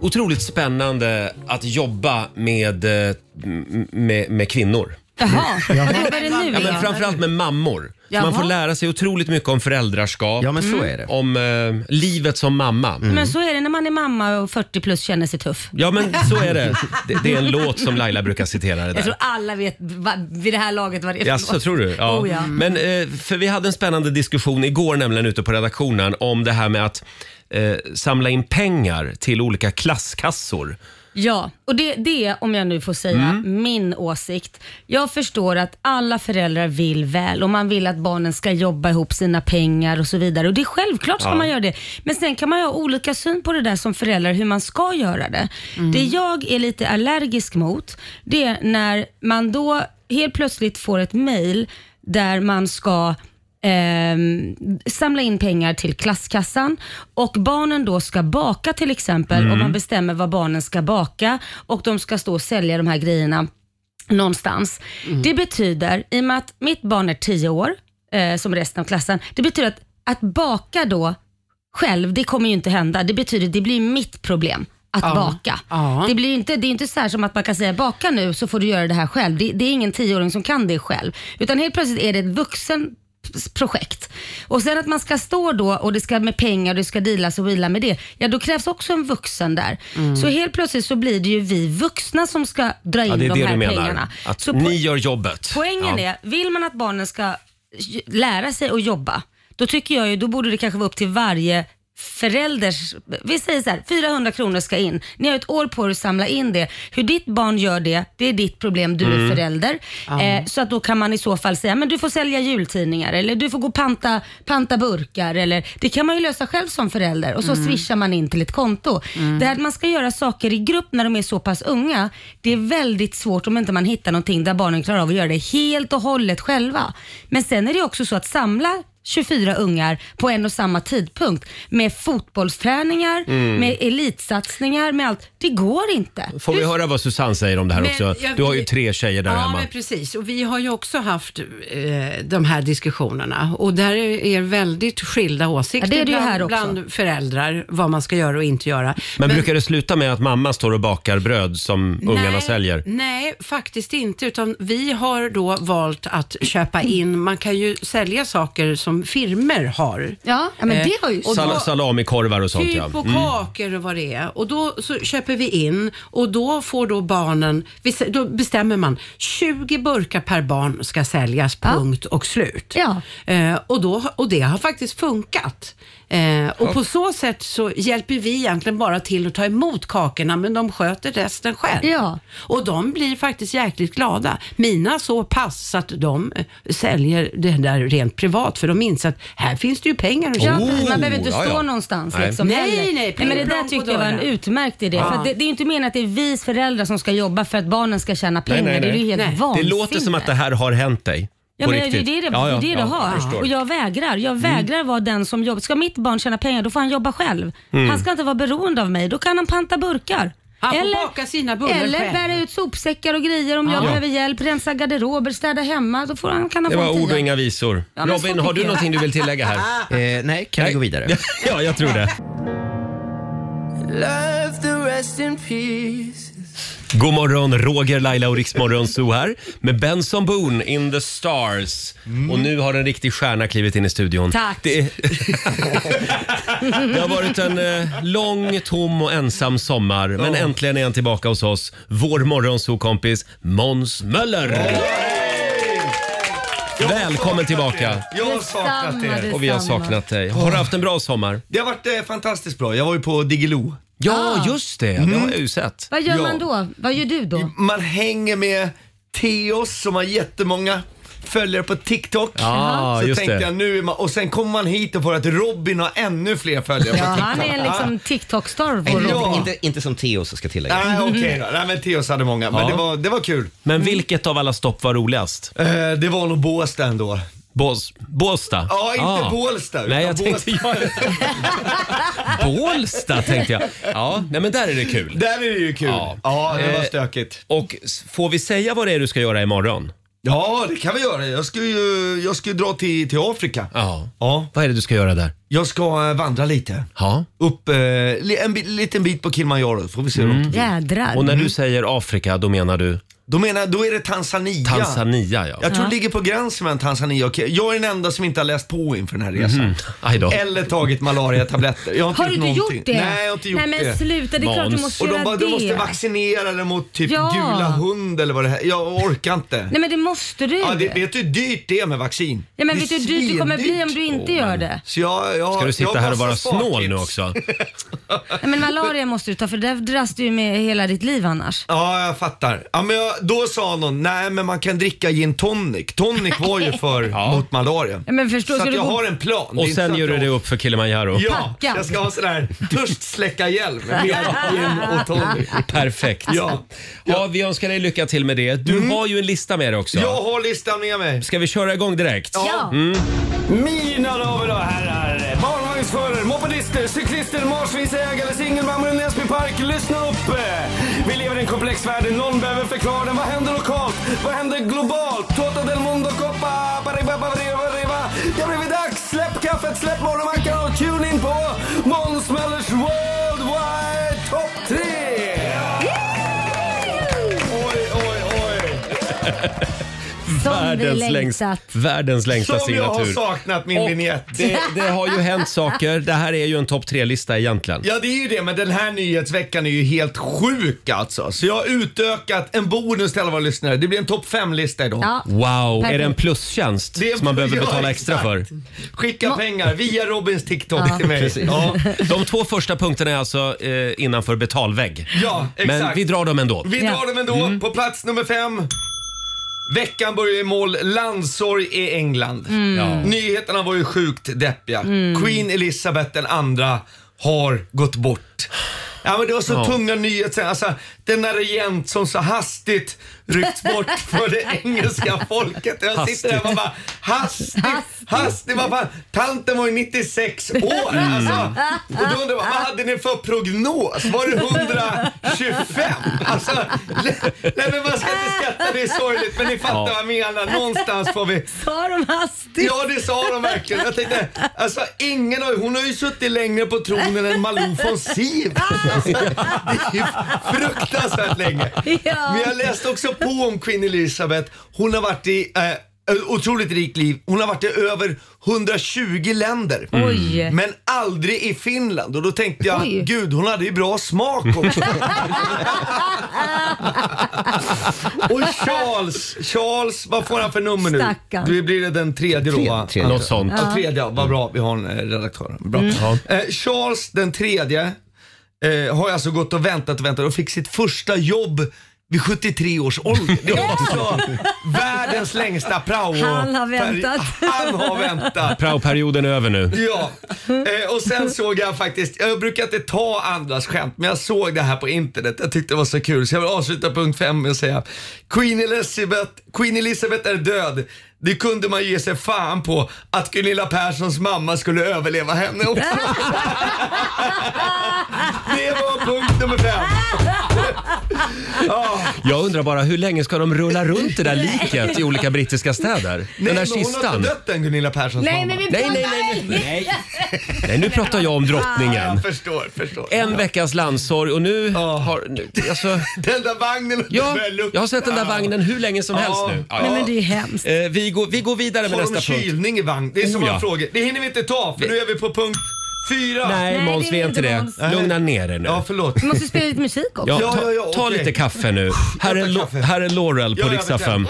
A: otroligt spännande att jobba med, eh, m- med, med kvinnor.
C: Jaha, vad jobbar det nu
A: Ja, men
C: igen?
A: framförallt med mammor. Så Man
C: Jaha.
A: får lära sig otroligt mycket om föräldraskap,
L: Ja, men så är det. Mm.
A: om eh, livet som mamma.
C: Men så är det när man är mamma och 40 plus känner sig tuff.
A: Ja, men så är det. det. Det är en låt som Laila brukar citera det
C: Jag
A: där.
C: tror alla vet va, vid det här laget vad det är för
A: Jaså,
C: låt.
A: tror du? Ja.
C: Oh, ja.
A: Men, eh, för vi hade en spännande diskussion igår nämligen ute på redaktionen om det här med att eh, samla in pengar till olika klasskassor
C: Ja, och det, det är, om jag nu får säga,
B: Mm.
C: min åsikt. Jag förstår att alla föräldrar vill väl och man vill att barnen ska jobba ihop sina pengar och så vidare. Och det är självklart ska
B: Ja.
C: man göra det. Men sen kan man ju ha olika syn på det där som föräldrar, hur man ska göra det. Det jag är lite allergisk mot, det är när man då helt plötsligt får ett mail där man ska ehm, samla in pengar till klasskassan och barnen då ska baka till exempel
B: Mm.
C: och man bestämmer vad barnen ska baka och de ska stå och sälja de här grejerna någonstans.
B: Mm.
C: Det betyder, i och med att mitt barn är 10 år, eh, som resten av klassen, det betyder att, att baka då själv, det kommer ju inte hända. Det betyder, det blir mitt problem att
B: Ja.
C: baka.
B: Ja.
C: Det, blir inte, det är inte så här som att man kan säga baka nu så får du göra det här själv. Det, det är ingen tioåring som kan det själv. Utan helt plötsligt är det ett vuxen projekt. Och sen att man ska stå då och det ska med pengar och det ska dealas och vila med det. Ja, då krävs också en vuxen där.
A: Mm.
C: Så helt plötsligt så blir det ju vi vuxna som ska dra in
A: Ja, det är
C: de
A: det
C: här
A: du menar.
C: pengarna.
A: Att
C: Så på-
A: ni gör jobbet.
C: Poängen
A: Ja.
C: är, vill man att barnen ska j- lära sig att jobba, då tycker jag ju, då borde det kanske vara upp till varje förälders, vi säger så här, 400 kronor ska in. Ni har ett år på er att samla in det. Hur ditt barn gör det, det är ditt problem, du
B: Mm.
C: är förälder.
B: Ja.
C: Eh, så att då kan man i så fall säga, men du får sälja jultidningar eller du får gå och panta, panta burkar eller det kan man ju lösa själv som förälder och så
B: Mm.
C: swishar man in till ett konto.
B: Mm.
C: Det här att man ska göra saker i grupp när de är så pass unga, det är väldigt svårt om inte man hittar någonting där barnen klarar av att göra det helt och hållet själva. Men sen är det också så att samla 24 ungar på en och samma tidpunkt med fotbollsträningar,
A: Mm.
C: med elitsatsningar, med allt. Det går inte.
A: Får vi höra vad Susanne säger om det här
I: Men
A: också?
I: jag-
A: Du har ju tre tjejer där
I: ja,
A: hemma.
I: men precis. Och vi har ju också haft eh, de här diskussionerna och där är väldigt skilda åsikter
C: Ja, det är det ju
I: bland,
C: här också.
I: bland föräldrar vad man ska göra och inte göra.
A: Men, brukar det sluta med att mamma står och bakar bröd som ungarna säljer?
I: Nej, faktiskt inte. Utan vi har då valt att köpa in, man kan ju sälja saker som firmer har.
C: Ja,
I: Eh, och
A: Sal-
I: då-
A: salamikorvar och sånt ja.
I: Typ och kakor och vad det är. Och då så köper vi in och då får då barnen, vi sä- då bestämmer man 20 burkar per barn ska säljas, punkt och slut. Eh, och, då, och det har faktiskt funkat. Eh, och på så sätt så hjälper vi egentligen bara till att ta emot kakorna men de sköter resten själv. Och de blir faktiskt jäkligt glada. Mina så pass så att de eh, säljer det där rent privat för de inser att här finns det ju pengar att
C: Ja,
A: Oh,
I: tjäna.
C: precis. man behöver inte stå någonstans. Liksom, heller.
I: nej, nej,
C: nej, men det där
I: plopp
C: tyckte
I: på
C: jag var en
I: dörren.
C: utmärkt idé.
I: Ja.
C: För att det, det är ju inte meningen att det är vi föräldrar som ska jobba för att barnen ska tjäna pengar. Det är ju helt
A: Det
C: vansinne.
A: låter som att det här har hänt dig.
C: Ja,
A: på
C: men det är
A: riktigt.
C: ju det, det,
A: Ja, ja,
C: det, är det
A: ja,
C: du har.
A: förstår. Mm.
C: och jag vägrar. Jag vägrar vara den som jobbar. Ska mitt barn tjäna pengar, då får han jobba själv.
A: Mm.
C: Han ska inte vara beroende av mig. Då kan han panta burkar.
I: Han får baka sina bullar
C: Eller
I: själv.
C: bära ut sopsäckar och grejer om jag
A: Ja.
C: behöver hjälp. Rensa garderober, städa hemma. Då får han, kan han
A: Det
C: få en
A: var ord
C: tia.
A: och inga visor.
C: Ja, men så
A: Robin, har
C: tycker
A: du
C: jag.
A: någonting du vill tillägga här?
N: Mm.
L: Eh, nej, kan vi gå vidare?
A: ja, jag tror det.
B: Love the rest in peace.
A: God morgon, Roger, Laila och Riksmorgon Zoo här med Benson Boone in the stars. Och nu har en riktig stjärna klivit in i studion.
B: Tack.
A: Det, är- det har varit en eh, lång, tom och ensam sommar. Men äntligen är han tillbaka hos oss. Vår morgonzoo-kompis Måns Möller. Välkommen tillbaka.
N: Jag har saknat er.
A: Och vi har saknat dig. Har du haft en bra sommar?
N: Det har varit eh, fantastiskt bra. Jag var ju på Diggiloo. Ah.
A: Ja, just det. Det
N: Mm.
A: har jag ju sett.
C: Vad gör
N: Ja.
C: man då? Vad gör du då?
N: Man hänger med Theos som har jättemånga följare på TikTok.
A: Ja,
N: så
A: Ah, just
N: tänkte
A: det.
N: jag nu är man, och sen kommer man hit och får att Robin har ännu fler följare
C: Ja,
N: på TikTok.
C: han är
F: Ah.
C: liksom Tiktok-star. vår
N: Ja.
C: Robin.
L: Inte, inte som Theo så ska tillägga.
N: Nej okej då. Nej men Theos hade många. Men
A: Ja.
N: det, var, det var kul. Mm. Eh.
A: Men vilket av alla stopp var roligast?
N: det var nog Båstad ändå.
A: Bås, Båstad?
N: Ja, inte
A: Ah.
N: Bålsta. utan
A: Nej, jag
N: Bålsta.
A: tänkte Bålsta tänkte jag. Ja, nej men där är det kul.
N: Där är det ju kul. Ja, det var
A: Eh,
N: stökigt.
A: Och s- får vi säga vad det är du ska göra imorgon?
N: Ja, det kan vi göra. Jag ska ju, jag ska ju dra till, till Afrika.
A: Ja.
N: ja.
A: Vad är det du ska göra där?
N: Jag ska eh, vandra lite.
A: Ja.
N: Upp eh,
A: Mm.
N: li- en bi- liten bit på Kilimanjaro, får vi se hur långt det blir.
C: Jädrar.
A: Och när du säger Afrika, då menar du?
F: Då, menar, då är det Tanzania.
A: Tanzania, ja.
F: Jag tror
A: Ja.
F: det ligger på gränsen mellan Tanzania och Ke- Jag är den enda som inte har läst på inför den här resan.
A: Mhm. Aj då.
F: Eller tagit malariatabletter. Jag har inte
C: Har du
F: gjort
C: inte
F: någonting.
C: gjort det?
F: Nej, jag har inte gjort
C: Nej, men
F: det.
C: sluta, det är klart du Måns. måste
F: Och de
C: göra
F: bara, du
C: det.
F: måste vaccinera dig mot typ
C: Ja.
F: gula hund eller vad det här Jag orkar inte.
C: Nej men det måste du.
F: ja, det, vet du hur dyrt det är med vaccin?
C: Ja, men
F: Det är
C: vet du hur dyrt det kommer bli
F: svindyrt.
C: om du inte gör det?
F: Så jag, jag,
A: Ska du sitta
F: jag
A: här och vara
F: passar spartips.
A: snål nu också?
C: Nej, men malaria måste du ta för där dras du ju med hela ditt liv annars.
F: Ja, jag fattar. Ja, men jag, då sa någon, nej men man kan dricka gin tonic. Tonic var ju för mot malaria.
C: Ja, men förstå,
F: så
C: ska
F: att
C: du
F: jag
C: gå-
F: har en plan.
A: Och sen gör du det upp för Kilimanjaro?
F: Ja, jag ska ha sån här törstsläckarhjälm med gin och tonic.
A: Perfekt. Ja. Ja, vi önskar dig lycka till med det. Du
F: Mm.
A: har ju en lista med dig också.
F: Jag har listan med mig.
A: Ska vi köra igång direkt?
F: Ja.
A: Mm.
F: Mina damer och herrar, barnvagnsförare, mopedister, cyklister, marsvinsägare, singelmammor i Näsby Park. Lyssna upp! Vi lever i en komplex värld, någon behöver förklara den. Vad händer lokalt? Vad händer globalt? Toto del mondo coppa, bariba, bariba, bariba. Det har blivit dags! Släpp kaffet, släpp morgonmackan och tune in på Måns Möllers Worldwide Top 3! Oj, oj, oj!
C: Som
A: Världens,
C: vi
A: längst,
C: längtat.
A: världens längsta
F: Som jag
A: signatur.
F: har saknat min
A: Och
F: vignett.
A: Det, det har ju hänt saker. Det här är ju en topp tre-lista egentligen.
F: Ja det är ju det, men den här nyhetsveckan är ju helt sjuk alltså. Så jag har utökat en bonus till alla våra lyssnare. Det blir en topp 5-lista idag.
C: Ja.
A: Wow, är det en
C: Perfekt.
A: plustjänst som man behöver
F: ja,
A: betala extra för?
F: exakt. Skicka pengar via Robins TikTok
A: Ja.
F: till mig.
A: Precis. De två första punkterna är alltså eh, innanför betalvägg.
F: Ja, exakt.
A: Men vi drar Mm. dem ändå.
F: Vi drar dem ändå. På plats nummer fem. Veckan börjar i mål. Landsorg i England.
O: Mm. Ja.
F: Nyheterna var ju sjukt deppiga.
O: Mm.
F: Queen Elizabeth den andra har gått bort. Ja, men det var så
O: Ja.
F: tunga nyheter. Alltså, denna regent som så hastigt ryckts bort för det engelska folket. Jag sitter där och
O: Hastigt.
F: bara, hastigt, hastigt, vad fan. Tanten var ju 96 år
O: Mm.
F: alltså. Och då undrar man, vad hade ni för prognos? Var det 125? Alltså, nej nej, men man ska inte skratta, det är sorgligt. Men ni fattar
O: Ja.
F: vad jag menar. Någonstans får vi...
C: Sa de hastigt?
F: Ja, det sa de verkligen. Jag tänkte, alltså ingen har, hon har ju suttit längre på tronen än Malou von Sivert.
O: Ah.
F: Alltså, det är ju fruktansvärt länge.
O: Ja.
F: Men jag läste också på om Queen Elizabeth. Hon har varit i eh, otroligt rikt liv. Hon har varit i över 120 länder.
O: Oj.
F: Men aldrig i Finland. Och då tänkte jag,
O: Oj.
F: gud hon hade ju bra smak också. Och Charles, Charles, vad får han för nummer nu?
O: Stackarn.
F: Du blir det den tredje då va?
A: Tredje. Något sånt.
F: Ja,
A: Ja.
F: tredje, ja, vad bra vi har en eh, redaktör. Bra.
A: Mm.
F: Eh, Charles den tredje eh, har alltså gått och väntat och väntat och fick sitt första jobb vid 73 års ålder. Det är också världens längsta prao.
O: Han har väntat.
F: Han har väntat.
A: Praoperioden är över nu.
F: Ja, eh, och sen såg jag faktiskt, jag brukar inte ta andras skämt, men jag såg det här på internet. Jag tyckte det var så kul, så jag vill avsluta punkt fem med att säga Queen Elizabeth, Queen Elizabeth är död. Det kunde man ge sig fan på att Gunilla Perssons mamma skulle överleva henne också. det var punkt nummer fem. Ja.
A: Jag undrar bara hur länge ska de rulla runt det där liket i olika brittiska städer?
F: Nej,
A: Den där
F: men Hon har
A: kistan?
F: inte dött än Gunilla Perssons
O: Nej,
F: mamma.
O: men vi
A: Nej, nej,
O: nej, nej.
A: Nej, nu pratar jag om drottningen.
F: Jag förstår, förstår.
A: En veckas landsorg och nu har... Nu, alltså,
F: den där vagnen
A: ja, Jag har sett den där vagnen hur länge som
F: Ja.
A: helst nu. Eh,
F: Nej, men det är ju
C: hemskt.
A: vi, går, vi går vidare med
F: Har de
A: nästa punkt.
F: kylning i vagn? Det är så
A: Oh,
F: många
A: ja.
F: frågor. Det hinner vi inte ta för nu är vi på punkt fyra.
A: Nej, Måns, vi är inte det. Lugna ner er nu. Ja,
F: förlåt.
C: Du måste spela lite musik också.
A: Ja, ta, ta lite kaffe nu. Här är, Lo- här är Laurel på riksdag 5.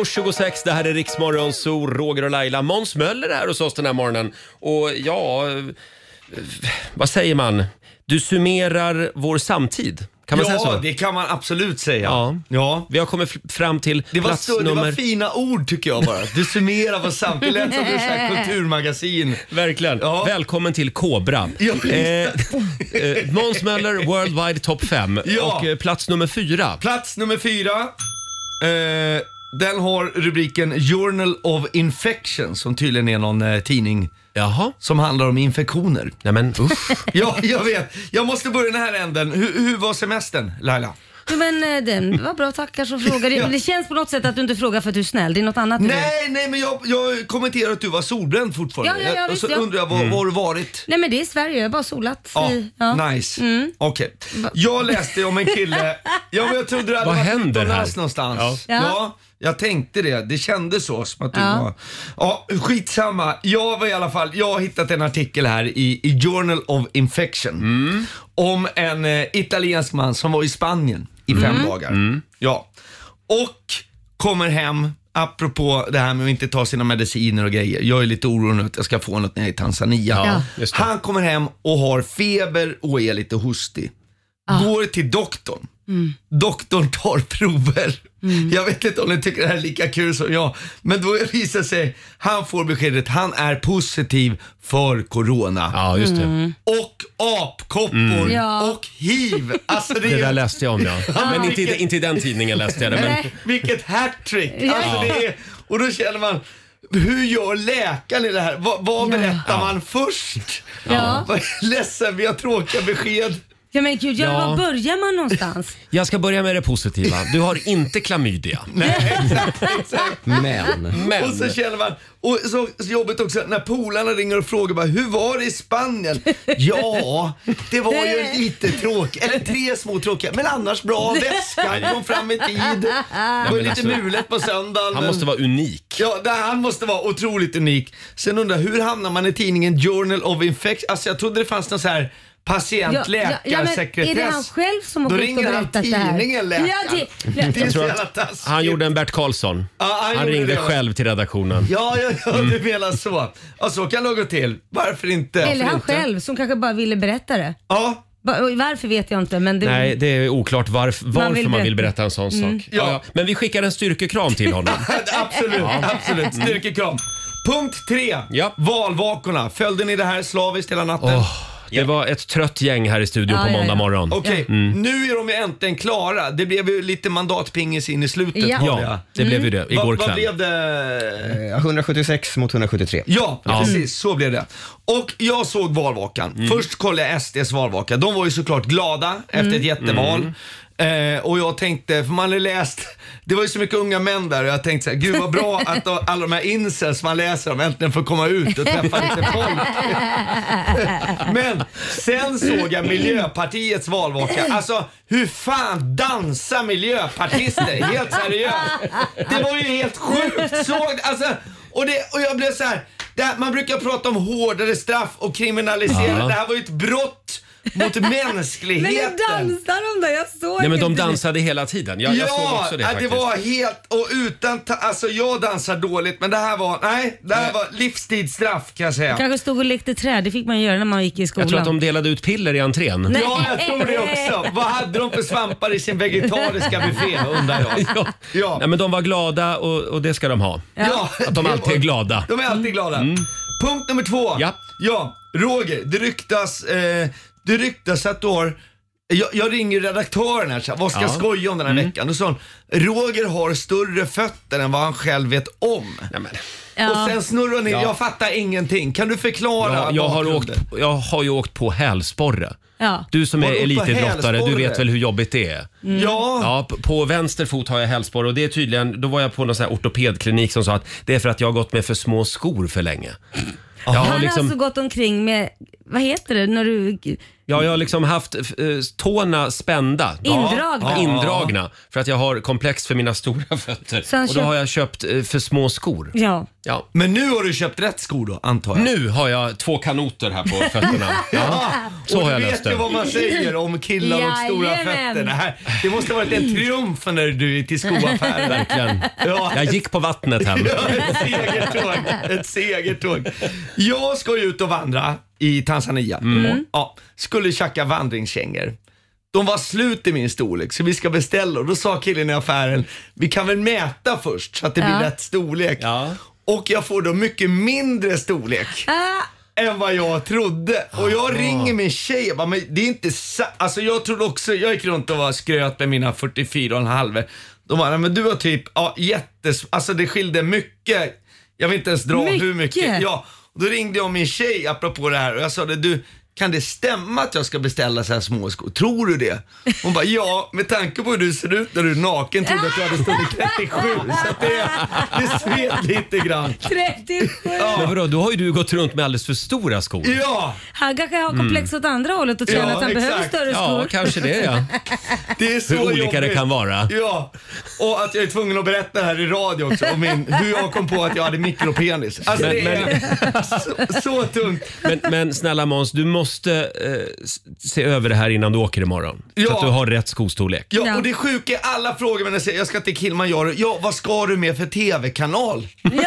A: och 26, det här är Riksmorgon, så Roger och Laila. Måns Möller är här hos oss den här morgonen. Och ja, eh, vad säger man? Du summerar vår samtid. Kan man
F: ja,
A: säga så?
F: det kan man absolut säga.
A: Ja.
F: ja.
A: Vi har kommit fr- fram till
F: Det var,
A: plats
F: så, det
A: nummer...
F: var fina ord tycker jag bara. Du summerar vad samtidigt lät som ett så här kulturmagasin.
A: Verkligen. Välkommen till Kobra.
F: Ja.
A: Eh, eh, Måns Möller, Worldwide Top 5.
F: Ja.
A: Och eh, plats nummer fyra.
F: Plats nummer fyra. Eh, den har rubriken Journal of Infection som tydligen är någon eh, tidning som handlar om infektioner.
A: Nej men usch.
F: ja, jag vet. Jag måste börja den här änden. Hur, hur var semestern Laila?
C: Jo, men eh, den var bra, tackar som frågar. Det, det känns på något sätt att du inte frågar för att du är snäll. Det är något annat du
F: Nej, nej men jag, jag kommenterar att du var solbränd fortfarande.
C: Ja, ja, ja,
F: och så
C: visst, ja.
F: undrar jag, var,
C: Mm.
F: var har du varit?
C: Nej men det är Sverige, jag har bara solat.
F: Typ. Ja,
C: i-
F: nice.
C: Mm.
F: Okej.
C: Va-
F: Jag läste om en kille, ja, men jag trodde det hade
A: Vad
F: varit
A: händer
F: utomlands
A: här?
F: någonstans.
A: Ja.
F: Ja.
A: Ja.
F: jag tänkte det. Det kändes så som att du
A: Ja.
F: var... Ja, skitsamma. Jag var i alla fall, jag har hittat en artikel här i, i Journal of Infection.
A: Mm.
F: Om en eh, italiensk man som var i Spanien i fem
N: Mm.
F: dagar. Ja. Och kommer hem, apropå det här med att inte ta sina mediciner och grejer. Jag är lite orolig att jag ska få något när jag är i Tanzania.
N: Ja,
F: Han kommer hem och har feber och är lite hostig. Går till doktorn.
N: Mm.
F: Doktorn tar prover. Jag vet inte om ni tycker det här är lika kul som jag. Men då visar sig, han får beskedet, han är positiv för corona.
A: Ja, just det. Mm.
F: Och apkoppor
A: Mm. Ja.
F: och hiv. Alltså det,
A: Det
F: är-
A: där läste jag om ja. Men inte, i- inte i den tidningen läste jag det. Men...
F: Nej, Vilket hattrick!
A: Ja.
F: Alltså det är, och då känner man, hur gör läkaren i det här? Vad, vad berättar man först?
C: Ja.
F: Vad- Ledsen, vi har tråkiga besked.
C: Ja men gud, ja.
A: Ja.
C: var börjar man någonstans?
A: Jag ska börja med det positiva. Du har inte klamydia. Men. Men.
F: Och så känner man, och så, så jobbigt också när polarna ringer och frågar bara, hur var det i Spanien? ja, det var ju lite tråkigt, eller tre små tråkiga, men annars bra. Väskan kom fram i tid. Det var
A: men
F: lite
A: alltså,
F: mulet på söndagen.
A: han måste vara unik.
F: Ja, det, han måste vara otroligt unik. Sen undrar jag, hur hamnar man i tidningen Journal of Infection? Alltså jag trodde det fanns någon så här
C: Ja, ja, ja, men
F: patientläkarsekretess.
C: Är det han själv som har
F: Då
C: gått och
F: ringer han
C: berättat det här?
F: tidningen, läkaren. alltså.
C: Ja, det,
F: Det är
A: Jag
F: så
A: tror
F: jävla
A: att
F: taskigt.
A: han gjorde en Bert Karlsson.
F: Ja, han
A: han
F: gjorde
A: ringde
F: det.
A: själv till redaktionen.
F: Ja, ja, ja,
A: Mm.
F: du menar så. Ja, så kan det gå till. Varför inte?
C: eller han
F: Varför inte?
C: själv som kanske bara ville berätta det.
F: Ja.
C: Va- och Varför vet jag inte men det...
A: Nej, det är oklart varf- varför man vill,
C: vill
A: berätta
C: berätta
A: en sån
C: Mm.
A: sak. Ja. Ja, men vi skickar en styrkekram till honom.
F: absolut, absolut.
A: Mm.
F: Styrkekram. Punkt tre. Valvakorna. Följde ni det här slaviskt hela natten?
A: Det var ett trött gäng här i studion
F: Ja,
A: på
F: ja,
A: måndag
F: ja.
A: morgon.
F: Okej,
A: Mm.
F: nu är de ju äntligen klara. Det blev ju lite mandatpingis in i slutet.
A: Ja.
F: hörde jag.
A: Ja, det blev ju det, igår
F: Mm. vad,
A: kväll.
F: Vad blev det?
L: 176 mot 173.
F: Ja, precis. Så blev det. Och jag såg valvakan.
A: Mm.
F: Först kollade jag SDs valvaka. De var ju såklart glada efter
N: Mm.
F: ett jätteval. Eh, och jag tänkte, för man hade läst, det var ju så mycket unga män där och jag tänkte så här, gud vad bra att de- alla de här incels man läser om äntligen får komma ut och träffa lite folk. Men sen såg jag Miljöpartiets valvaka. Alltså hur fan dansar miljöpartister? Helt seriöst. Det var ju helt sjukt. Såg, alltså, och, det, och jag blev så här. Det här, man brukar prata om hårdare straff och kriminalisera.
A: Ja.
F: Det här var ju ett brott mot
C: Men hur
F: mänskligheten.
C: dansar de då? Jag såg
A: Nej men de
C: inte det.
A: dansade hela tiden. Jag, jag såg också det
F: ja,
A: faktiskt.
F: det var helt, och utan, ta, alltså jag dansar dåligt men det här var, nej, det här var livstidsstraff kan jag säga.
C: De kanske stod och lekte träd, det fick man göra när man gick i skolan.
A: Jag tror att de delade ut piller i entrén.
C: Nej.
F: Ja, jag tror det också. Vad hade de för svampar i sin vegetariska buffé undrar jag.
A: ja. Nej, men de var glada och, och det ska de ha.
F: Ja.
A: Att de alltid är glada. Mm.
F: De är alltid glada. Punkt nummer två. Ja. Roger, det ryktas, eh, det ryktas att du har jag, jag ringer redaktören här, så här, vad ska
A: Ja. Mm.
F: jag skoja om den här veckan? Då sa hon, Roger har större fötter än vad han själv vet om.
A: Ja.
F: Och sen snurrar hon in,
A: Ja.
F: jag fattar ingenting. Kan du förklara?
A: Jag, jag, har åkt,
F: bakgrunden?
A: jag har ju åkt på hälsporre.
C: Ja.
A: Du som är
F: Har du åkt på
A: elitidrottare, du
F: hälsporre?
A: vet väl hur jobbigt det är?
F: Mm. Ja.
A: ja p- på vänster fot har jag hälsporre och det är tydligen, då var jag på någon sån här ortopedklinik som sa att det är för att jag har gått med för små skor för länge. Jag
C: Han
A: har
C: har
A: liksom,
C: alltså gått omkring med, vad heter det, när du...
A: ja, jag har liksom haft eh, tårna spända.
C: Indragna.
A: Ja, Indragna. För att jag har komplex för mina stora fötter.
C: Så han
A: Och då
C: köpt-
A: har jag köpt eh, för små skor.
C: Ja.
F: Men nu har du köpt rätt skor då, antar jag?
A: Nu har jag två kanoter här på fötterna. Ja, så
F: och
A: har jag
F: du
A: löst
F: vet
A: det.
F: ju vad man säger om killar och stora
A: Jajamän.
F: fötter. Det, här, det måste ha varit en triumf när du gick till skoaffären.
A: Verkligen.
F: Ja.
A: Jag gick på vattnet hem.
F: Ja, ett segertåg. Ett segertåg. Jag ska ju ut och vandra i Tanzania
A: Mm.
F: imorgon. Ja, skulle tjacka vandringskängor. De var slut i min storlek så vi ska beställa och då sa killen i affären, vi kan väl mäta först så att det
N: Ja.
F: blir rätt storlek. Och jag får då mycket mindre storlek
C: Ah,
F: än vad jag trodde. Och jag ringer min tjej jag bara, men det är inte sa-" Alltså jag trodde också, jag gick runt och var skröt med mina 44,5. De bara, "Nej, men du har typ, ja jättes... Alltså det skilde mycket. Jag vill inte ens dra hur mycket.
N: Mycket?
F: Ja. Och Då ringde jag min tjej apropå det här och jag sa det, du kan det stämma att jag ska beställa så här små skor? Tror du det? Hon bara, ja, med tanke på hur du ser ut när du är naken trodde jag att du hade stunnit 37. Så att det, det svet lite grann.
C: 37!
A: Men vadå, då har ju du gått runt med alldeles för stora skor.
F: Ja!
C: Han kanske har
A: Mm.
C: komplex åt andra hållet och känner att han behöver större skor.
A: Ja, kanske det ja.
F: Det är så
A: Hur olika
F: jobbigt.
A: det kan vara.
F: Ja, och att jag är tvungen att berätta här i radio också om min, hur jag kom på att jag hade mikropenis. Alltså
A: Men-
F: det är så, så tungt.
A: Men, men snälla Måns, du måste eh, s- se över det här innan du åker imorgon. Så
F: Ja.
A: att du har rätt skostorlek.
F: Ja, och det sjuka är alla frågar mig när jag säger jag ska till Kilimanjaro. Ja, vad ska du med för TV-kanal?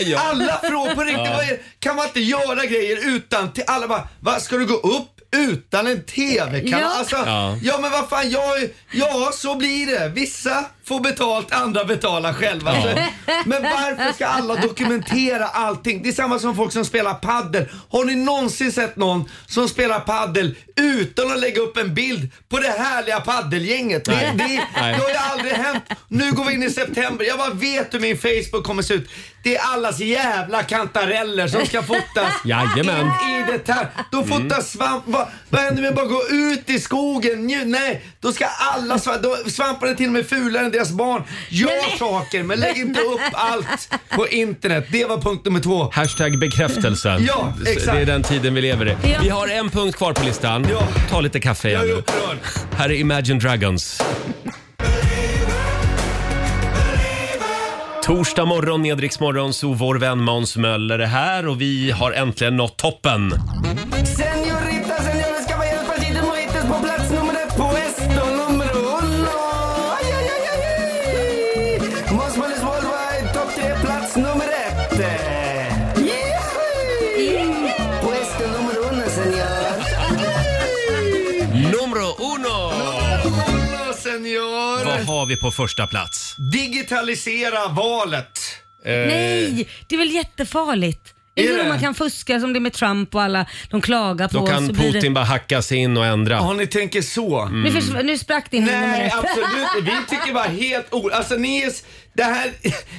A: Ja.
F: Alla frågor på riktigt.
A: Ja.
F: Vad är, kan man inte göra grejer utan till alla bara, vad ska du gå upp utan en TV-kanal?
B: Ja.
F: Ja. Alltså,
B: Ja.
F: ja. men vad fan, jag, ja så blir det. Vissa får betalt, andra betalar själva.
B: Ja.
F: Så, men varför ska alla dokumentera allting? Det är samma som folk som spelar paddel. Har ni någonsin sett någon som spelar paddel utan att lägga upp en bild på det härliga paddelgänget? Det,
B: Nej.
F: det,
B: Nej.
F: det har ju aldrig hänt. Nu går vi in i september. Jag bara vet hur min Facebook kommer se ut. Det är allas jävla kantareller som ska fotas.
A: Jajamän.
F: In i detalj. De fotar svamp. Vad, vad händer med att bara gå ut i skogen? Nju- Nej, då ska alla svamp, då, svamparna är till och med fulare än deras barn. Gör saker men lägg inte upp allt på internet. Det var punkt nummer två.
A: Hashtag bekräftelse.
F: Ja, exakt.
A: Det är den tiden vi lever i.
F: Ja.
A: Vi har en punkt kvar på listan. Ta lite kaffe igen nu. Här är Imagine Dragons. Torsdag morgon med Rix Morgon, så vår vän Måns Möller är här och vi har äntligen nått toppen.
N: Senorita, señores, caballeros, pasitos, mojitos på plats nummer ett. Puesto numero uno. Aj, aj, aj, aj, aj. Måns Möllers Worldwide, topp tre, plats nummer ett. Yay! Puesto numero uno, señor.
A: Numero uno!
F: Uno, señor.
A: Vad har vi på första plats?
F: Digitalisera valet.
C: Nej, det är väl jättefarligt.
F: Är
C: Är det
F: det?
C: då man kan fuska som det är med Trump och alla de klagar på?
A: Då kan
C: så blir
A: Putin bara hacka sig in och ändra. Ja,
F: ni tänker så.
C: Nu, försv- nu sprack din nummer
F: Nej,
C: ett.
F: absolut inte. Vi tycker bara helt o... Alltså ni är, s- det här,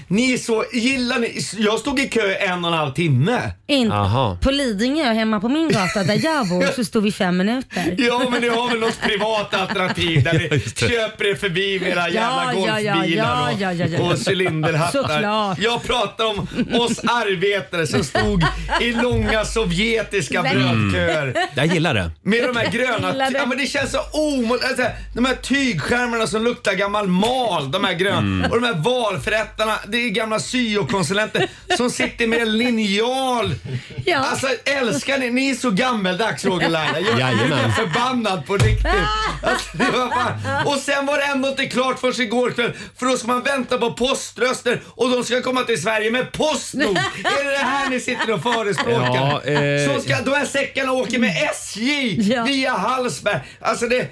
F: ni är så... Gillar ni? Jag stod i kö en och en halv timme.
C: In,
F: Aha.
C: på Lidingö hemma på min gata där jag bor så stod vi fem minuter.
F: Ja, men ni har väl något privat alternativ där ni köper er förbi med
C: Ja,
F: era jävla
C: ja, ja,
F: golfbilar
C: ja, ja, ja, ja.
F: och cylinderhattar.
C: Såklart.
F: Jag pratar om oss arbetare som stod i långa sovjetiska
A: Nej.
F: brödköer.
A: Mm. Jag gillar det.
F: Med de här
A: Jag
F: gröna,
A: gillar det.
F: ja men det känns så omöjligt. Alltså, de här tygskärmarna som luktar gammal mal, de här gröna.
A: Mm.
F: Och de här valförrättarna, det är gamla syokonsulenter som sitter med en linjal. Alltså älskar ni, ni är så gammeldags Roger och Laila. Jag jag är
A: Jajamän.
F: förbannad på riktigt. Alltså, det var fan. Och sen var det ändå inte klart förrän igår kväll för då ska man vänta på poströster och de ska komma till Sverige med Postnord. Är det det här ni sitter och förespråkar?
A: Ja, eh.
F: Så ska de här säckarna åka med SJ via Hallsberg. Alltså det...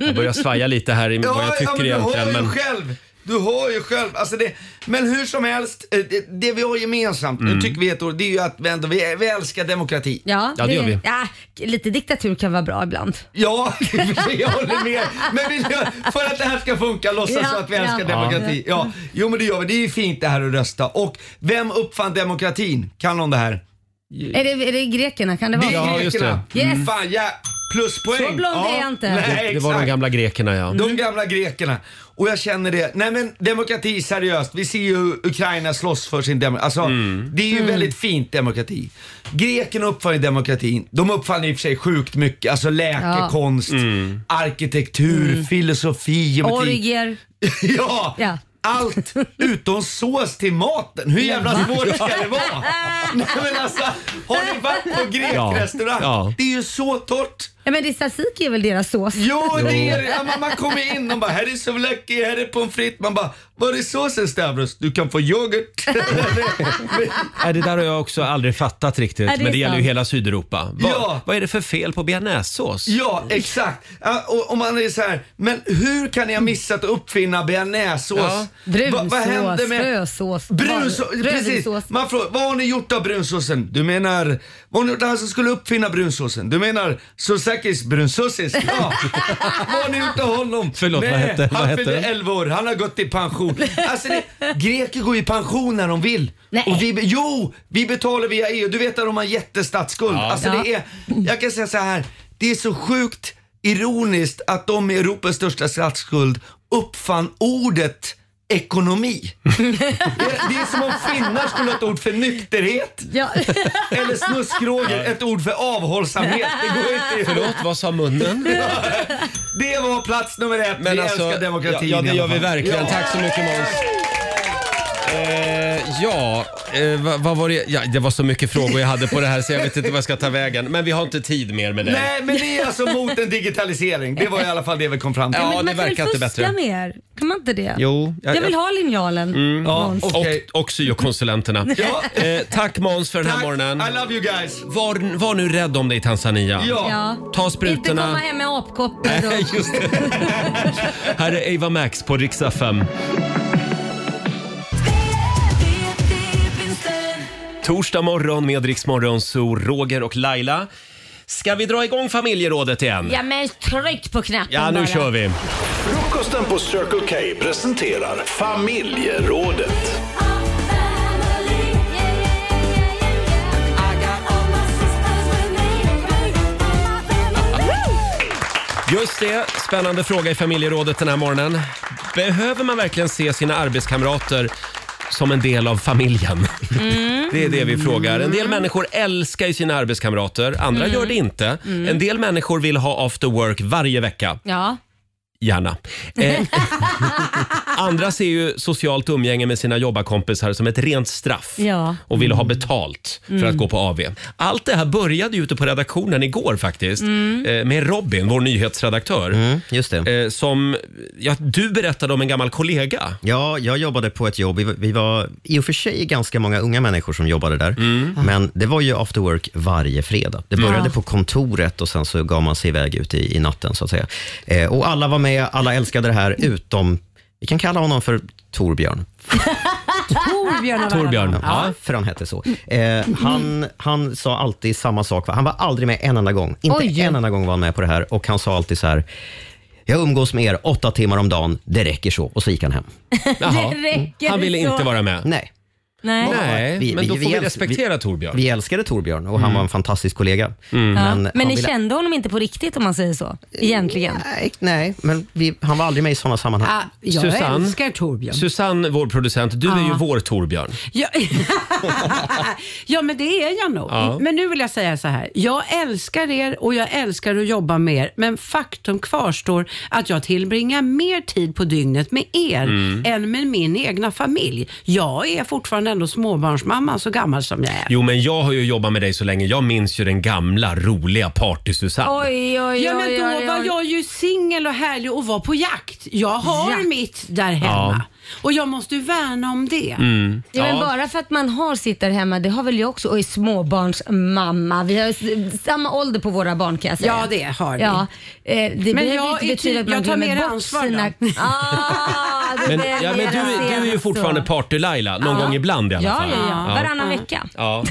A: Jag börjar svaja lite här i Mm, vad jag tycker
F: men du
A: egentligen.
F: Hör
A: Men...
F: ju själv. Du hör ju själv. Alltså det, men hur som helst, eh, det, det vi har gemensamt, nu
A: Mm.
F: tycker vi ett år, det är ju att vi, ändå, vi, vi älskar demokrati.
C: Ja, Ja, lite diktatur kan vara bra ibland.
F: Ja, jag håller med. Men vi, för att det här ska funka, låtsas
C: Ja,
F: så att vi
C: ja.
F: älskar demokrati.
C: Ja.
F: Ja. Jo men det gör vi. Det är ju fint det här att rösta. Och vem uppfann demokratin? Kan någon det här?
C: Är det, är det grekerna? Kan det
F: Det
C: vara
F: är
C: så?
F: grekerna.
C: Yes.
F: Fan, ja, pluspoäng.
C: Så blond är jag inte.
F: Nej,
A: Det, det var de
F: exakt.
A: gamla grekerna ja.
F: Mm. De gamla grekerna. Och jag känner det. Nej men demokrati seriöst. Vi ser ju Ukraina slåss för sin demokrati. Alltså, Det är ju väldigt fint demokrati. Grekerna uppfann ju demokratin. De uppfann i och för sig sjukt mycket. Alltså läkekonst, arkitektur, filosofi, geometri.
C: Orger.
F: ja.
C: Ja.
F: Allt utom sås till maten. Hur jävla svårt ska det vara? Nej, men alltså, har ni varit på grekrestaurang?
B: Ja. Ja.
F: Det är ju så torrt.
C: Ja, men det är tzatziki är väl deras sås?
F: Jo, det är, ja, man, man kommer in och bara “Här är souvlaki, här är pommes frites”. Man bara “Var är såsen Stavros? Du kan få yoghurt”.
A: Nej, det där har jag också aldrig fattat riktigt.
F: Är det
A: men det gäller ju
F: sant?
A: hela Sydeuropa. Vad,
F: Ja.
A: vad är det för fel på bearnaisesås?
F: Ja, exakt. Ja, och, och man är så här, men hur kan ni ha missat att uppfinna bearnaisesås?
A: Ja.
F: Va-
C: Brunsås,
F: vad hände med-
C: rödsås,
F: Brunsås,
C: var-
F: precis.
C: rödvitssås.
F: Man frågar, vad har ni gjort av brunsåsen? Du menar, vad har ni gjort av han som skulle uppfinna brunsåsen? Du menar, Sosa Akakis Brunsussis. Ja. Var ni utav honom?
A: Förlåt, vad hette- vad
F: han
A: hette
F: fyllde
A: den?
F: 11 år. Han har gått i pension. Alltså, det, greker går i pension när de vill.
B: Nej.
F: Och vi, be- jo, vi betalar via EU. Du vet att de har jättestatsskuld.
B: Ja.
F: Alltså,
B: Ja.
F: det är, jag kan säga så här. Det är så sjukt ironiskt att de med Europas största statsskuld uppfann ordet ekonomi. Det är, det är som om finnar skulle ha ett ord för nykterhet.
K: Ja.
F: Eller snuskroger, ett ord för avhållsamhet. Det går inte ihop.
A: Förlåt, vad sa munnen?
F: Det var plats nummer ett. vi älskar demokratin
A: alltså, Ja, ja det
F: i
A: gör
F: alla
A: vi
F: fall.
A: verkligen.
F: Ja.
A: Tack så mycket Måns. Eh, ja, eh, vad, vad var det? Ja, det var så mycket frågor jag hade på det här så jag vet inte vad jag ska ta vägen. Men vi har inte tid mer med det.
F: Nej, men ni är alltså mot en digitalisering. Det var i alla fall det vi kom fram till.
A: Ja,
C: men
A: det
C: man kan
A: verkar
C: väl
A: inte
C: fuska
A: bättre.
C: mer? Kan man inte det?
A: Jo,
C: Jag,
A: jag-
C: vill
A: jag-
C: ha linjalen.
A: Mm.
C: Måns.
A: Och, och syokonsulenterna. eh, tack Måns för den här morgonen. I
F: love you guys.
A: Var, var nu rädd om dig Tanzania. Ta
C: Inte komma
A: sprutorna.
C: hem med apkoppor.
A: Nej,
C: och-
A: just Här är Ava Max på Riksdag 5. Torsdag morgon med Rix Morgon, så Roger och Laila. Ska vi dra igång familjerådet igen?
K: Ja men tryck på knappen
A: Ja, nu
K: bara.
A: kör vi.
P: Frukosten på Circle K presenterar familjerådet.
A: Just det, spännande fråga i familjerådet den här morgonen. Behöver man verkligen se sina arbetskamrater som en del av familjen?
C: Mm.
A: Det är det vi frågar. En del människor älskar ju sina arbetskamrater, andra
C: Mm.
A: gör det inte.
C: Mm.
A: En del människor vill ha after work varje vecka.
C: Ja.
A: Gärna. Eh, andra ser ju socialt umgänge med sina jobbarkompisar som ett rent straff
C: Ja.
A: och vill ha betalt för
C: Mm.
A: att gå på AV. Allt det här började ju ute på redaktionen igår faktiskt
C: Mm.
A: eh, med Robin, vår nyhetsredaktör.
L: Mm, just
A: Eh, som, ja, du berättade om en gammal kollega.
L: Ja, jag jobbade på ett jobb. Vi var- Vi var i och för sig ganska många unga människor som jobbade där. Men det var ju after work varje fredag. Det
A: Mm.
L: började
A: Ja.
L: på kontoret och sen så gav man sig iväg ut i, i natten så att säga. Eh, och alla var med, alla älskade det här utom, vi kan kalla honom för Torbjörn.
C: Torbjörn av alla namn.
L: Ja, för han hette så. Eh, han, han sa alltid samma sak. va? Han var aldrig med en enda gång. Inte
C: Oj.
L: en enda gång var han med på det här. Och han sa alltid så här. Jag umgås med er åtta timmar om dagen. Det räcker så. Och så gick han hem.
A: Jaha.
C: Det räcker
A: Han ville
C: så.
A: inte vara med.
L: Nej.
C: Nej.
A: Nej, men då får vi
L: älsk-
A: respektera Torbjörn.
L: Vi älskade Torbjörn och han var en fantastisk kollega.
C: Ja. Men,
L: han
C: ni
L: ville-
C: kände honom inte på riktigt om man säger så? Egentligen?
L: Nej, nej men vi, han var aldrig med i sådana sammanhang.
C: Ah,
I: jag älskar Torbjörn.
A: Susanne, vår producent, du är ju
I: Ja.
A: vår Torbjörn.
I: Ja, ja men det är jag nog.
A: Ja.
I: Men nu vill jag säga så här. Jag älskar er och jag älskar att jobba med er. Men faktum kvarstår att jag tillbringar mer tid på dygnet med er
A: Mm.
I: än med min egna familj. Jag är fortfarande ändå småbarnsmamma så gammal som jag är.
A: Jo, men jag har ju jobbat med dig så länge. Jag minns ju den gamla roliga party-Susanne.
K: Oj, oj,
I: ja,
K: oj,
I: men då
K: oj, oj.
I: var jag ju singel och härlig och var på jakt. Jag har mitt där hemma.
A: Ja.
I: Och jag måste ju värna om det.
A: Mm.
I: Ja, men
A: Ja.
I: bara-
C: Bara för att man har sitt där hemma, det har väl jag också och är småbarnsmamma. Vi har s- samma ålder på våra barn kan jag säga.
I: Ja, det har vi.
C: Ja, eh, det
I: Men
C: behöver
I: jag
C: inte
I: är
C: betyda
I: typ-
C: att man
I: jag tar
C: glömmer
I: mer
C: bort
I: ansvar
C: sina... Ah, det
A: Men,
C: där
A: ja, men du,
C: mera senare.
A: du är ju fortfarande party-Laila, någon
C: Ja.
A: gång ibland i alla
C: Ja,
A: fall.
C: ja, ja. Varannan vecka.
A: Ja.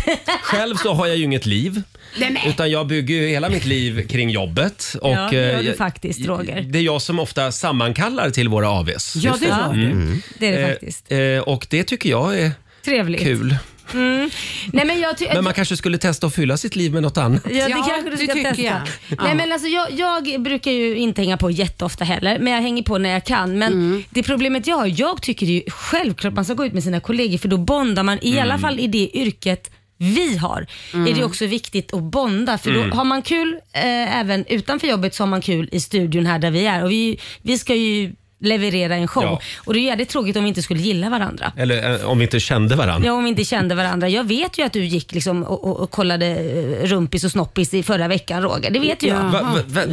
A: Själv så har jag ju inget liv.
C: Nej, nej.
A: Utan jag bygger ju hela mitt liv kring jobbet. Och,
C: Ja, det gör
A: eh,
C: du
A: jag-
C: faktiskt, Roger.
A: Det är jag som ofta sammankallar till våra AVs.
C: Ja, det gör du. Det är det
A: Eh,
C: faktiskt.
A: eh, Och det tycker jag är
C: Trevligt.
A: kul.
C: Mm. Nej, men jag ty-
A: Men man kanske skulle testa att fylla sitt liv med något annat.
C: Ja, det kanske du ska testa.
A: Ja.
C: Nej, men alltså, jag, jag brukar ju inte hänga på jätteofta heller, men jag hänger på när jag kan. Men det problemet jag har, jag tycker det är ju självklart man ska gå ut med sina kollegor för då bondar man, i alla
K: Mm.
C: fall i det yrket vi har,
K: Mm.
C: är det också viktigt att bonda för
K: Mm.
C: då har man kul eh, även utanför jobbet så har man kul i studion här där vi är och vi, vi ska ju leverera en show
A: Ja.
C: och det är ju jävligt tråkigt om vi inte skulle gilla varandra.
A: Eller eh, om vi inte kände varandra.
C: Ja, om vi inte kände varandra. Jag vet ju att du gick liksom och, och, och kollade eh, rumpis och snoppis i förra veckan Roger. Det vet ju jag.
A: Va- va- va- va-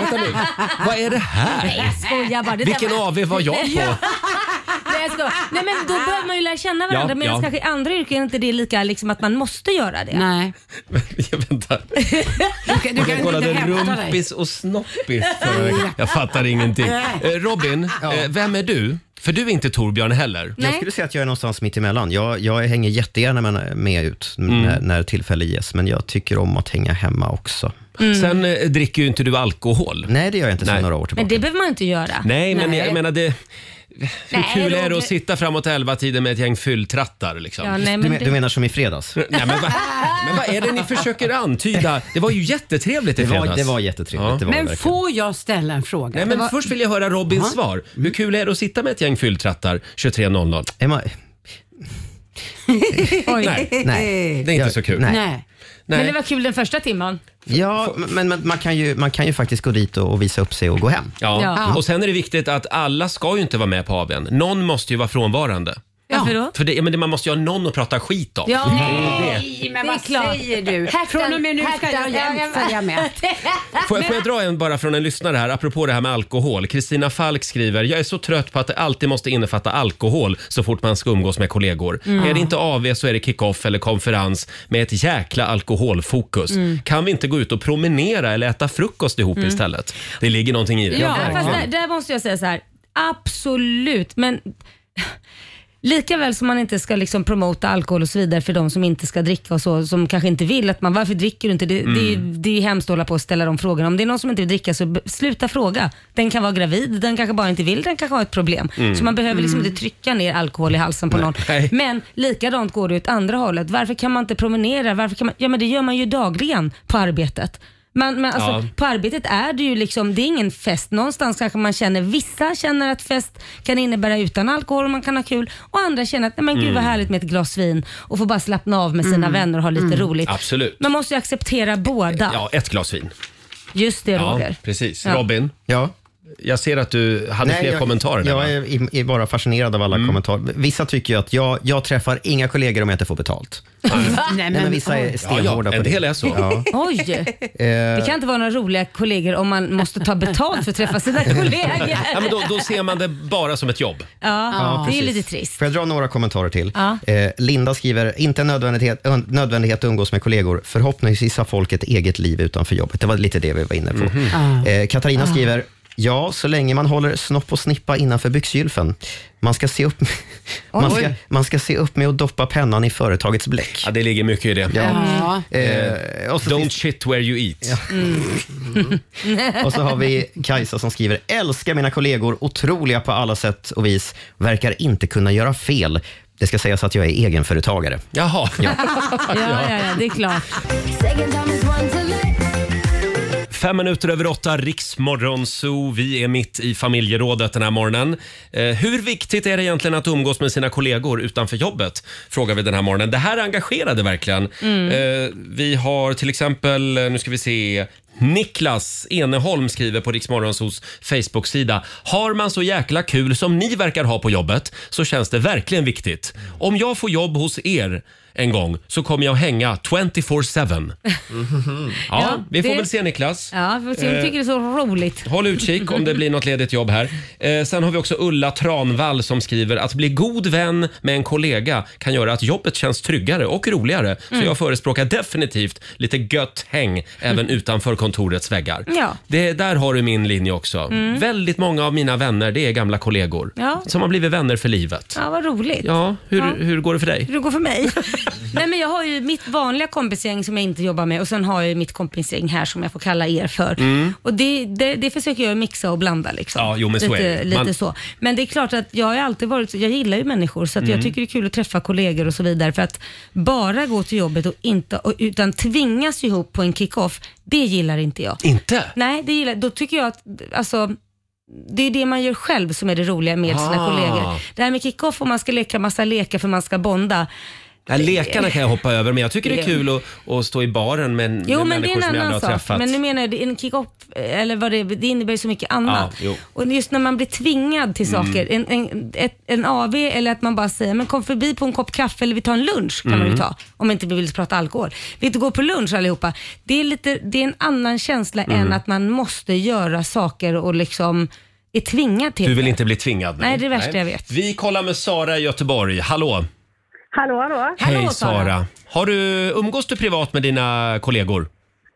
A: vänta nu. Vad är det här?
C: Nej, jag skojar bara. Det där
A: Vilken AV var jag på?
C: Nej, jag skojar. Nej, men då behöver man ju lära känna varandra.
A: Ja,
C: Medan
A: ja.
C: kanske i andra yrken är inte det lika liksom, att man måste göra det.
I: Nej.
A: Vänta.
I: Du kan, du kan
A: jag kollade
I: inte hämta dig.
A: rumpis och snoppis förra veckan. Jag fattar ingenting. Eh, Robin, eh, vem är du? För du är inte Torbjörn heller.
L: Jag skulle säga att jag är någonstans mitt emellan. Jag, jag hänger jättegärna med, med ut
A: Mm.
L: när, när tillfälle ges, men jag tycker om att hänga hemma också.
K: Mm.
A: Sen eh, dricker ju inte du alkohol.
L: Nej, det gör jag inte
A: sedan några
L: år
K: Men det behöver man inte göra.
A: Nej, men jag menar det... Hur
K: Nej,
A: kul är det
K: Roger.
A: att sitta framåt elva tiden med ett gäng fylltrattar? Liksom?
K: Ja, nej, men Du men- det- du
L: menar som i fredags?
A: Nej, men, vad- men vad är det ni försöker antyda? Det var ju jättetrevligt i
L: Det var-
A: fredags.
L: det var jättetrevligt, det var
I: Men får jag ställa en fråga?
A: Nej, men Först vill jag höra Robins
I: Ja.
A: svar.
L: Mm.
A: Hur kul är det att sitta med ett gäng fylltrattar 23.00?
L: Emma...
A: Nej.
L: Nej.
A: Det är inte
L: Jag-
A: så kul.
L: Nej.
A: Nej.
C: Men det var kul den första timmen.
L: Ja, men, men man, kan ju, man kan ju faktiskt gå dit och, och visa upp sig och gå hem.
A: Ja.
C: Ja.
A: Och sen är det viktigt att alla ska ju inte vara med på AWn. Någon måste ju vara frånvarande.
C: Varför då?
A: För det, ja, men det, man måste ju ha någon att prata skit om.
C: Ja,
A: Det är
C: nej.
A: det.
I: men
C: Det är
I: vad
C: klart.
I: säger du?
C: Häften-
I: Från och med nu ska jag
C: häften-
I: jämt följa med.
A: Får jag, får jag dra en bara från en lyssnare här, apropå det här med alkohol. Kristina Falk skriver, jag är så trött på att det alltid måste innefatta alkohol så fort man ska umgås med kollegor.
M: Mm.
A: Är det inte AV så är det kick-off eller konferens med ett jäkla alkoholfokus.
C: Mm.
A: Kan vi inte gå ut och promenera eller äta frukost ihop
C: Mm.
A: istället? Det ligger någonting i det.
C: Ja, fast där, där måste jag säga så här. Absolut, men lika väl som man inte ska liksom promota alkohol och så vidare för de som inte ska dricka och så, som kanske inte vill. att man Varför dricker du inte? Det, det, är, ju-
K: Mm.
C: det är ju hemskt att hålla på och ställa de frågorna. Om det är någon som inte vill dricka så b- sluta fråga. Den kan vara gravid, den kanske bara inte vill, den kanske har ett problem.
K: Mm.
C: Så man behöver liksom
K: Mm.
C: inte trycka ner alkohol i halsen på någon.
K: Nej.
C: Men likadant går det åt andra hållet. Varför kan man inte promenera? Varför kan man, ja men det gör man ju dagligen på arbetet. Man, men alltså,
K: Ja.
C: På arbetet är det ju liksom, det är ingen fest. Någonstans kanske man känner, vissa känner att fest kan innebära utan alkohol och man kan ha kul. Och andra känner att, nej men gud vad
A: Mm.
C: härligt med ett glas vin och få bara slappna av med sina vänner och ha lite roligt.
A: Mm. Absolut.
C: Man måste ju acceptera båda.
A: Ja, ett glas vin.
C: Just det Roger.
A: precis.
C: Ja.
A: Robin?
L: Ja.
A: Jag ser att du hade fler
L: jag,
A: kommentarer. Mm. där, va?
L: Jag är, i- är bara fascinerad av alla kommentarer. Vissa tycker ju att jag, jag träffar inga kollegor om jag inte får betalt.
C: Nej,
L: Nej, men vissa är stenhårda
A: Ja, ja, en
L: på det.
A: del är så.
L: Ja.
C: Oj! Det kan inte vara några roliga kollegor om man måste ta betalt för att träffa sina kollegor.
A: ja, men då, då ser man det bara som ett jobb.
C: Ja,
L: Ja,
C: det är
L: precis.
C: lite trist.
L: Får jag dra några kommentarer till?
C: Ja.
L: Eh, Linda skriver, inte en nödvändighet, en nödvändighet att umgås med kollegor. Förhoppningsvis har folk ett eget liv utanför jobbet. Det var lite det vi var inne på.
B: Mhm.
L: Eh, Katarina
B: Ah.
L: skriver, ja, så länge man håller snopp och snippa innanför byxgylfen. Man ska se upp med,
B: Oj.
L: man ska, man ska se upp med att doppa pennan i företagets bläck.
A: Ja, det ligger mycket i det.
L: Ja. Eh,
A: Eh, Don't shit where you eat.
L: Och så har vi Kajsa som skriver, älskar mina kollegor, otroliga på alla sätt och vis, verkar inte kunna göra fel. Det ska sägas att jag är egenföretagare.
A: Jaha.
L: Ja.
C: Ja, ja, ja, det är klart.
A: Fem minuter över åtta, Riksmorgon Zoo. Vi är mitt i familjerådet den här morgonen. Eh, hur viktigt är det egentligen att umgås med sina kollegor utanför jobbet? Frågar vi den här morgonen. Det här engagerade verkligen.
M: Mm.
A: Eh, vi har till exempel, eh, nu ska vi se, Niklas Eneholm skriver på Riksmorgonsos Facebook-sida. Har man så jäkla kul som ni verkar ha på jobbet så känns det verkligen viktigt. Om jag får jobb hos er en gång så kommer jag hänga 24-7. Ja,
C: Ja,
A: vi får
C: det-
A: väl se Niklas.
C: Ja, för
A: Eh.
C: jag tycker det är så roligt.
A: Håll utkik om det blir något ledigt jobb här. Eh, sen har vi också Ulla Tranvall som skriver att bli god vän med en kollega kan göra att jobbet känns tryggare och roligare.
C: Mm.
A: Så jag förespråkar definitivt lite gött häng även utanför kontorets väggar.
C: Mm. Ja.
A: Det, där har du min linje också.
C: Mm.
A: Väldigt många av mina vänner det är gamla kollegor
C: Ja.
A: som har blivit vänner för livet.
C: Ja, vad roligt.
A: Ja, hur,
C: Ja.
A: hur går det för dig?
C: Hur det går för mig? Nej men jag har ju mitt vanliga kompisgäng som jag inte jobbar med och sen har jag ju mitt kompisgäng här som jag får kalla er för.
A: Mm.
C: Och det, det, det försöker jag mixa och blanda liksom.
A: Ja, jo, men så är
C: lite,
A: det.
C: lite
A: Man-
C: så. Men det är klart att jag har ju alltid varit, jag gillar ju människor så att
A: Mm.
C: jag tycker det är kul att träffa kollegor och så vidare. För att bara gå till jobbet och inte, och- utan tvingas ihop på en kick-off, det gillar inte jag.
A: Inte?
C: Nej, det gillar, då tycker jag att, alltså, det är det man gör själv som är det roliga med sina
A: Ah.
C: kollegor. Det här med kick-off och man ska leka massa lekar för man ska bonda.
A: Ja, lekarna kan jag hoppa över men jag tycker det är kul att, att stå i baren med,
C: Jo,
A: med
C: men det är
A: människor
C: en
A: som jag
C: annan
A: aldrig har
C: sak.
A: träffat.
C: Men nu menar jag, det är en kick-off, eh, eller vad det, är, det innebär ju så mycket annat.
A: Ja, jo.
C: Och just när man blir tvingad till
A: Mm.
C: saker, en, en, ett, en AV eller att man bara säger men kom förbi på en kopp kaffe eller vi tar en lunch kan man ju
K: Mm.
C: ta. Om inte vi vill prata alkohol. Vi inte går på lunch allihopa. Det är, lite, det är en annan känsla
A: Mm.
C: än att man måste göra saker och liksom är tvingad till
A: Du vill
C: det.
A: inte bli tvingad?
C: Nej, det är det värsta jag vet.
A: Vi kollar med Sara i Göteborg. Hallå!
G: Hallå, hallå.
A: Hej Sara! Har du, umgås du privat med dina kollegor?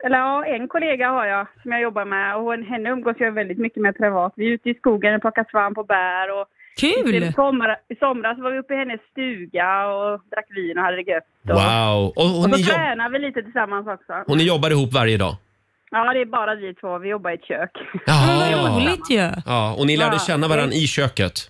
G: Eller ja, en kollega har jag som jag jobbar med och hon- henne umgås jag väldigt mycket med privat. Vi är ute i skogen och plockar svamp och bär och
C: Kul!
G: I, somra, I somras var vi uppe i hennes stuga och drack vin och hade det gött.
A: Wow! Och, och,
G: Och så
A: ni, jobb,
G: tränar vi lite tillsammans också.
A: och ni jobbar ihop varje dag?
G: Ja, det är bara vi två. Vi jobbar i ett kök.
C: ju.
A: Ja, och ni lärde
G: Ja,
A: känna varandra i köket.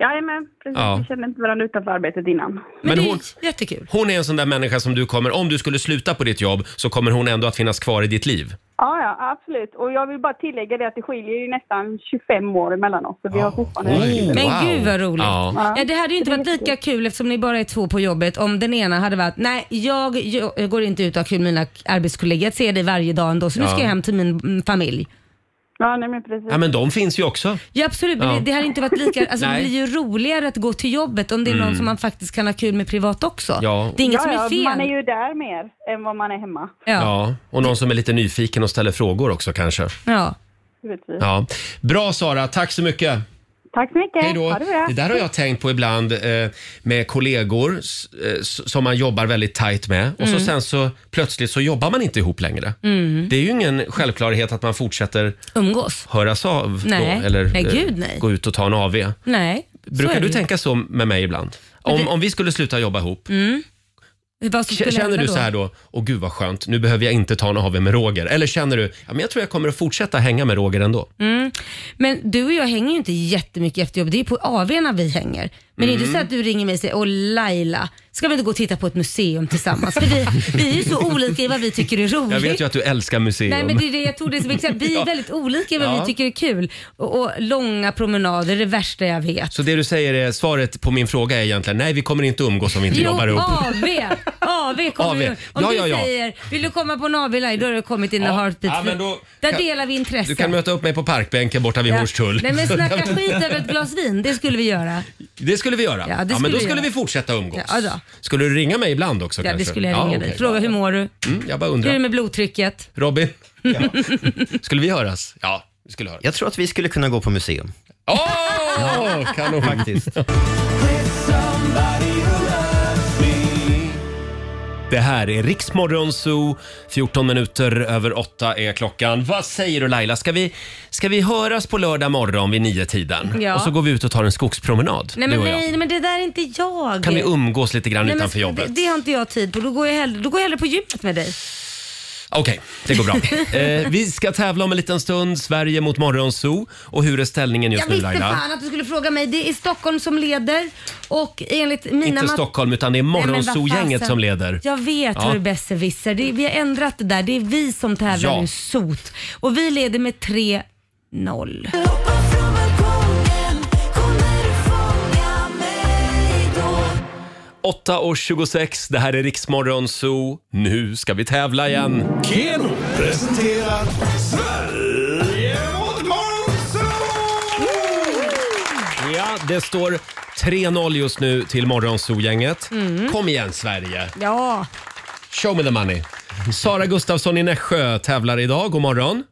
G: Jajamän, precis.
A: Ja.
G: Vi kände inte varandra utanför arbetet innan.
A: Men Men det är hon-
C: jättekul.
A: Hon är en sån där människa som du kommer, om du skulle sluta på ditt jobb så kommer hon ändå att finnas kvar i ditt liv.
G: Ja, ja, absolut. Och jag vill bara tillägga det att det skiljer ju nästan 25 år emellan oss. Så vi har fortfarande...
C: Men gud vad roligt.
A: Ja.
C: Ja. det hade ju inte varit lika kul eftersom ni bara är två på jobbet om den ena hade varit, nej jag, jag går inte ut och har kul med mina arbetskollegor, jag ser dig varje dag ändå så nu ska
A: Ja.
C: jag hem till min mm, familj.
G: Ja, nej men precis.
A: Ja, men de finns ju också.
C: Ja absolut, men
A: Ja.
C: det, det hade inte varit lika, alltså det
A: Nej.
C: blir ju roligare att gå till jobbet om det är någon
A: Mm.
C: som man faktiskt kan ha kul med privat också.
A: Ja.
C: Det är inget
G: ja,
C: som är
G: ja,
C: fel.
G: Man är ju där mer än vad man är hemma.
A: Ja. och någon som är lite nyfiken och ställer frågor också kanske.
C: Ja.
G: Givetvis.
A: Ja. Bra Sara, tack så mycket.
G: Tack så mycket.
A: Hej då.
G: Ha det bra.
A: Det där har jag tänkt på ibland eh, med kollegor s- eh, s- som man jobbar väldigt tajt med och så
C: Mm.
A: sen så plötsligt så jobbar man inte ihop längre.
C: Mm.
A: Det är ju ingen självklarhet att man fortsätter
C: Umgås.
A: höras av
C: Nej.
A: då, eller
C: Nej,
A: eh,
C: gud, nej.
A: gå ut och ta en AV.
C: Nej. så är
A: Brukar
C: det
A: du
C: ju.
A: tänka så med mig ibland? Om, om vi skulle sluta jobba ihop,
C: Mm. Vad som skulle
A: känner
C: hända
A: du så här då, åh gud vad skönt, nu behöver jag inte ta en AV med Roger. Eller känner du, ja, men jag tror jag kommer att fortsätta hänga med Roger ändå.
C: Mm. Men du och jag hänger ju inte jättemycket efter jobb. Det är ju på AWn vi hänger. Men det är inte
A: Mm.
C: så att du ringer mig och säger, åh Laila, ska vi inte gå och titta på ett museum tillsammans? För vi, vi är ju så olika i vad vi tycker är roligt.
A: Jag vet ju att du älskar museum.
C: Nej, men det är det jag tog det som exempel. Vi är väldigt olika i vad
A: Ja.
C: vi tycker är kul. Och, och långa promenader är det värsta jag vet.
A: Så det du säger är, svaret på min fråga är egentligen, nej vi kommer inte umgås om vi inte
C: jo,
A: jobbar ihop.
C: AV. AV kommer
A: AV.
C: du. Om
A: Ja,
C: du
A: ja, ja.
C: säger, vill du komma på en AV live, då har du kommit in i heartbeat.
A: ja, men då
C: Där
A: kan-
C: delar vi intressen.
A: Du kan möta upp mig på parkbänken borta vid
C: Ja.
A: Hornstull.
C: Nej men snacka skit över ett glas vin, det skulle vi göra.
A: Det skulle vi göra.
C: Ja, det
A: Ja, men
C: skulle
A: då
C: vi
A: skulle
C: göra.
A: vi fortsätta umgås.
C: Ja, då.
A: Skulle du ringa mig ibland också
C: Ja,
A: kanske?
C: det skulle jag ringa
A: okej.
C: dig. Fråga hur mår du?
A: Mm, jag bara
C: Hur är det
A: undrar.
C: med blodtrycket?
A: Robin? Ja. Skulle vi höras? Ja, vi skulle höras.
F: Jag tror att vi skulle kunna gå på museum.
A: Åh!
F: kanon! Faktiskt.
A: Det här är Riksmorgon Zoo. 14 minuter över 8 är klockan. Vad säger du Laila? Ska vi, ska vi höras på lördag morgon vid nio tiden?
C: Ja.
A: Och så går vi ut och tar en skogspromenad,
C: Nej
A: du
C: men,
A: och jag.
C: nej, men det där är inte jag.
A: Kan vi umgås lite grann
C: Nej, men
A: utanför jobbet?
C: Det, det har inte jag tid på. Då går jag hellre, då går jag hellre på gymmet med dig.
A: Okej, det går bra. eh, vi ska tävla om en liten stund. Sverige mot Morgonzoo. Och hur är ställningen just
C: jag
A: nu
C: visste
A: Laila?
C: fan att du skulle fråga mig. Det är Stockholm som leder och enligt mina...
A: Inte
C: mat-
A: Stockholm, utan det är
C: Nej, men vad
A: Morgonzoo-gänget
C: fasen.
A: som leder.
C: Jag vet
A: Ja.
C: hur du är besserwisser. Det- Vi har ändrat det där. Det är vi som tävlar
A: Ja.
C: nu, sot. Och vi leder med 3-0.
B: Då
A: 8.26, det här är Riksmorgon Zoo. Nu ska vi tävla igen.
Q: Keno presenterar Sverige mot
A: Ja, det står 3-0 just nu till Morgonzoo-gänget.
C: Mm.
A: Kom igen Sverige,
C: Ja,
A: show me the money. Sara Gustafsson i Nässjö tävlar idag. God morgon.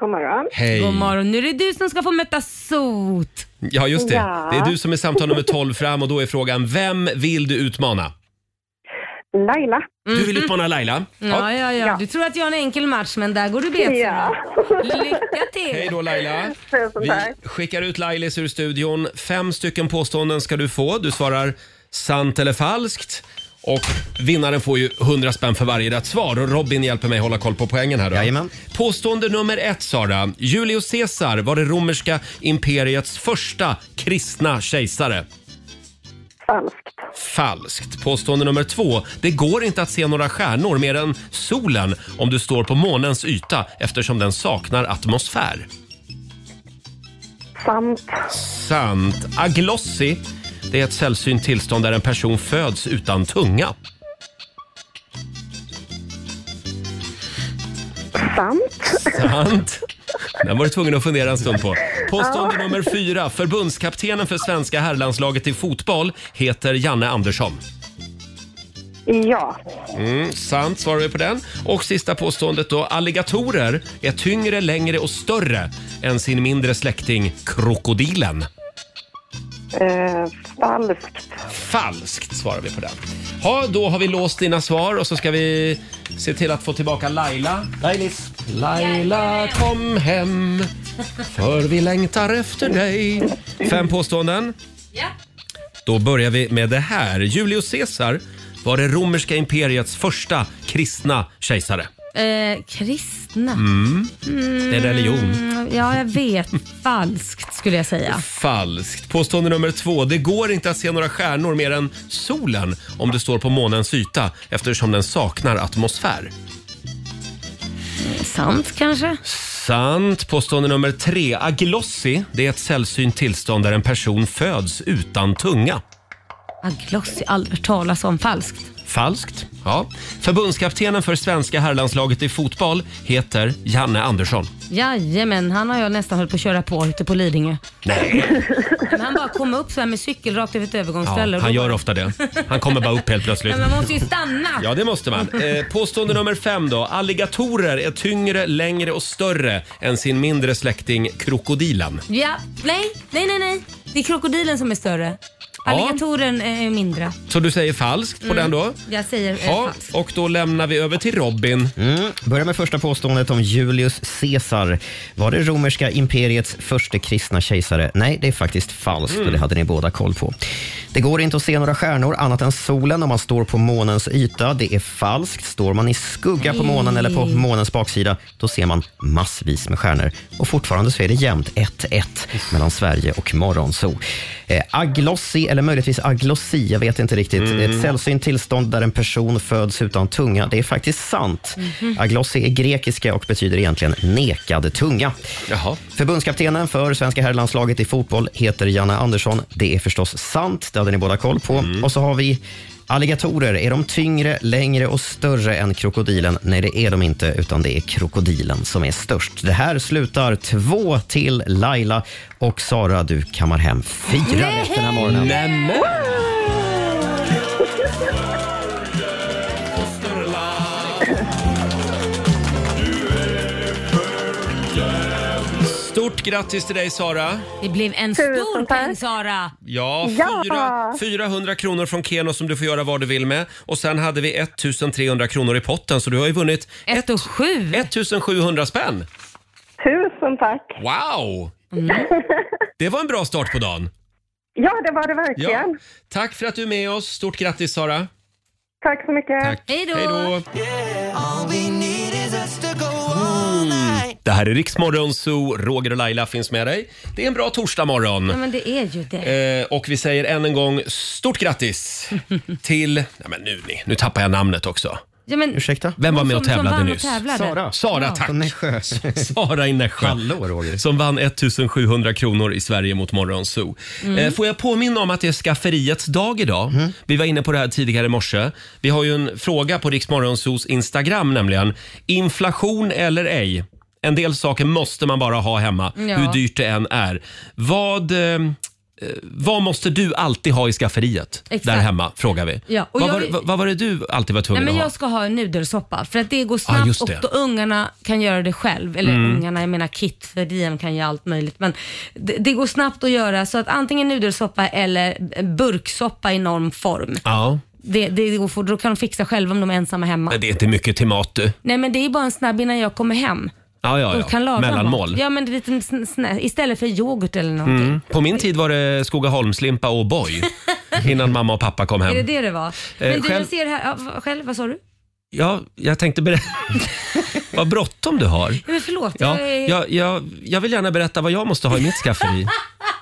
D: God morgon.
A: Hej.
C: god morgon. Nu är det du som ska få möta sot.
A: Ja, just det.
D: Ja.
A: Det är du som är samtal nummer 12 fram och då är frågan, vem vill du utmana?
D: Laila.
A: Du vill utmana Laila?
C: Ja, ja, ja. Du tror att jag har en enkel match, men där går du bet.
D: Ja.
C: Lycka till!
A: Hej då Laila.
D: Tusen
A: Vi
D: tack.
A: skickar ut Lailis ur studion. Fem stycken påståenden ska du få. Du svarar sant eller falskt. Och vinnaren får ju 100 spänn för varje rätt svar. Och Robin hjälper mig hålla koll på poängen här då. Jajamän. Påstående nummer ett Sara. Julius Caesar var det romerska imperiets första kristna kejsare.
D: Falskt.
A: Falskt. Påstående nummer två. Det går inte att se några stjärnor mer än solen om du står på månens yta eftersom den saknar atmosfär.
D: Sant.
A: Sant. Aglossi, det är ett sällsynt tillstånd där en person föds utan tunga.
D: Sant.
A: Sant. Den var du tvungen att fundera en stund på. Påstående
D: Ja.
A: nummer fyra. Förbundskaptenen för svenska herrlandslaget i fotboll heter Janne Andersson.
D: Ja.
A: Mm, sant svarar vi på den. Och sista påståendet då. Alligatorer är tyngre, längre och större än sin mindre släkting krokodilen.
D: Eh, falskt.
A: Falskt svarar vi på den. Ha, då har vi låst dina svar och så ska vi se till att få tillbaka Laila. Lailis. Laila kom hem för vi längtar efter dig. Fem påståenden.
B: Ja.
A: Då börjar vi med det här. Julius Caesar var det romerska imperiets första kristna kejsare.
C: Eh, kristna kristna?
A: Mm. Det är religion.
C: Mm, Ja, jag vet. Falskt skulle jag säga.
A: Falskt. Påstående nummer två. Det går inte att se några stjärnor mer än solen om du står på månens yta eftersom den saknar atmosfär.
C: Sant kanske?
A: Sant. Påstående nummer tre. Aglossi, det är ett sällsynt tillstånd där en person föds utan tunga.
C: Aglossi, aldrig hört talas om. Falskt.
A: Falskt. Ja. Förbundskaptenen för svenska herrlandslaget i fotboll heter Janne Andersson.
C: Jajamän, han har jag nästan höll på att köra på ute på Lidingö.
A: Nej.
C: Men han bara kom upp så här med cykel rakt över ett övergångsställe.
A: Ja,
C: och
A: han
C: då-
A: gör ofta det. Han kommer bara upp helt plötsligt.
C: Men man måste ju stanna.
A: Ja, det måste man. Eh, påstående nummer fem då. Alligatorer är tyngre, längre och större än sin mindre släkting krokodilen.
C: Ja, nej, nej, nej, nej. Det är krokodilen som är större.
A: Ja.
C: Alligatoren eh, är mindre.
A: Så du säger falskt på
C: Mm.
A: den då?
C: Jag säger eh,
A: Ja,
C: falskt.
A: och då lämnar vi över till Robin.
F: Mm. Börja med första påståendet om Julius Caesar. Var det romerska imperiets första kristna kejsare? Nej, det är faktiskt falskt och det hade ni båda koll på. Det går inte att se några stjärnor annat än solen om man står på månens yta. Det är falskt. Står man i skugga på månen eller på månens baksida, då ser man massvis med stjärnor. Och fortfarande så är det jämnt 1-1 mellan Sverige och Morgonzoo. Eh, aglossi, eller möjligtvis aglossi, jag vet inte riktigt.
R: Mm.
F: Ett sällsynt tillstånd där en person föds utan tunga. Det är faktiskt sant.
R: Mhm.
F: Aglossi är grekiska och betyder egentligen nekad tunga. Förbundskaptenen för svenska herrlandslaget i fotboll heter Janne Andersson. Det är förstås sant. Det hade ni båda koll på. Och så har vi Alligatorer, är de tyngre, längre och större än krokodilen? Nej, det är de inte, utan det är krokodilen som är störst. Det här slutar två till Laila och Sara, du kammar hem fyra rätt den här morgonen.
A: Stort grattis till dig Sara.
C: Det blev en stor peng Sara.
A: Ja,
C: Ja.
A: fyra- 400 kronor från Keno som du får göra vad du vill med. Och sen hade vi 1300 kronor i potten så du har ju vunnit
C: Ett och sju.
A: 1700 spänn.
D: Tusen tack.
A: Wow!
D: Mm.
A: Det var en bra start på dagen.
D: Ja, det var det verkligen.
A: Tack för att du är med oss. Stort grattis Sara.
D: Tack så mycket.
A: Tack. Hej då. Mm. Det här är Riksmorgon Zoo. Roger och Laila finns med dig. Det är en bra torsdagmorgon.
C: Ja, men det är ju det.
A: Eh, och vi säger än en gång stort grattis till... Nej, men nu, ni- nu tappar jag namnet också.
C: Ja, men,
F: Ursäkta?
A: Vem var med och
C: Som- som
A: tävlade
C: vann och
A: nyss?
C: tävlade. Sara.
A: Sara,
C: Ja.
A: tack.
C: Från
A: Sara i Nässjö. Som vann 1700 kronor i Sverige mot Morgonzoo.
S: Mm.
A: Eh, får jag påminna om att det är skafferiets dag idag. Vi var inne på det här tidigare i morse. Vi har ju en fråga på Rix Morgonzoos Instagram nämligen. Inflation eller ej? En del saker måste man bara ha hemma,
S: Ja.
A: hur dyrt det än är. Vad, eh, eh, vad måste du alltid ha i skafferiet
C: Exakt.
A: där hemma? Frågar vi.
C: Ja, och
A: vad,
C: jag
A: var,
C: vill-
A: vad, vad var det du alltid var tvungen
C: Nej, men
A: att ha?
C: jag ska ha en nudelsoppa för att det går
A: Ah,
C: snabbt
A: just det.
C: och då ungarna kan göra det själv. Eller
A: Mm.
C: ungarna, jag menar Kit, för Liam kan göra allt möjligt. Men det, det går snabbt att göra så att antingen nudelsoppa eller burksoppa i någon form.
A: Ja,
C: Det, det går fort, då kan de fixa själva om de är ensamma hemma.
A: men det är inte mycket till mat du.
C: Nej men det är bara en snabb innan jag kommer hem.
A: Ja, ja, ja.
C: Och kan laga
A: Mellanmål.
C: mat. Ja men lite sn- snä- istället för yoghurt eller någonting.
A: Mm. På min tid var det Skogaholmslimpa och boy innan mamma och pappa kom
C: Är det
A: hem.
C: det det var? Men
A: Ehm,
C: du,
A: eh, själv-
C: jag ser här, ja, v- själv, vad sa du?
A: Ja, jag tänkte berätta... vad bråttom du har.
C: Ja, men förlåt,
A: Ja,
C: jag, är-
A: jag, jag, jag vill gärna berätta vad jag måste ha i mitt skafferi.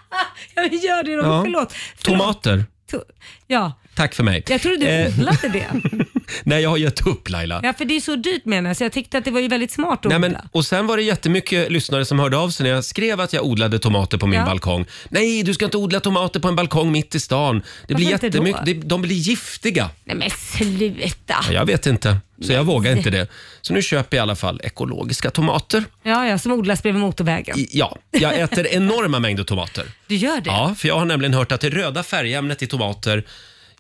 C: jag gör det,
A: Ja.
C: ja. förlåt. förlåt.
A: Tomater.
C: To- Ja,
A: Tack för mig.
C: jag trodde du
A: Eh,
C: odlade det.
A: Nej, jag har gett upp Laila.
C: Ja, för det är så dyrt menar jag, så jag tyckte att det var ju väldigt smart att
A: Nej, men,
C: odla.
A: och sen var det jättemycket lyssnare som hörde av sig när jag skrev att jag odlade tomater på min
C: Ja.
A: balkong. Nej, du ska inte odla tomater på en balkong mitt i stan. Det blir
C: Varför inte då?
A: jättemycket, det, de blir giftiga.
C: Nej men sluta.
A: Ja, Jag vet inte, så jag vågar inte det. Så nu köper jag i alla fall ekologiska tomater.
C: Ja, ja, som odlas bredvid motorvägen.
A: I- Ja, jag äter enorma mängder tomater.
C: Du gör det?
A: Ja, för jag har nämligen hört att det röda färgämnet i tomater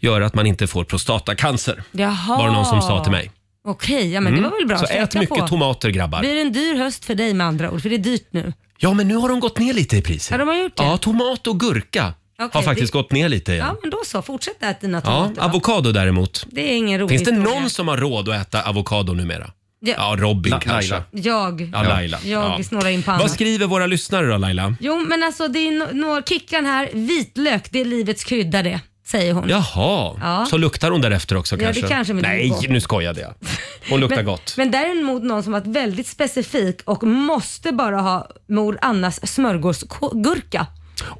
A: gör att man inte får prostatacancer.
C: Jaha.
A: Var det någon som sa till mig.
C: Okej, ja men det
A: Mm.
C: var väl bra
A: Så
C: att
A: ät
C: käka
A: mycket
C: på.
A: tomater grabbar.
C: Blir det en dyr höst för dig med andra ord, för det är dyrt nu.
A: Ja, men nu har de gått ner lite i priser.
C: Ja, de har gjort det.
A: Ja, tomat och gurka
C: Okej,
A: har faktiskt
C: det-
A: gått ner lite igen.
C: Ja, men då så. Fortsätt äta dina
A: Ja,
C: tomater. va?
A: avokado däremot.
C: Det är ingen rolig
A: Finns det
C: historia.
A: någon som har råd att äta avokado numera?
C: Ja.
A: Ja, Robin
F: La-
A: kanske.
F: Laila.
C: Jag,
A: Ja, Laila.
C: jag
A: Ja.
C: snurrar in pannan.
A: Vad skriver våra lyssnare då Laila?
C: Jo, men alltså det är no- några kickan här. Vitlök, det är livets krydda det, säger hon.
A: Jaha,
C: Ja.
A: så luktar hon därefter också
C: Ja, det
A: kanske?
C: kanske, men det är
A: Nej,
C: gott.
A: nu skojade jag. Hon luktar
C: men,
A: gott.
C: Men däremot någon som varit väldigt specifik och måste bara ha mor Annas smörgåsgurka.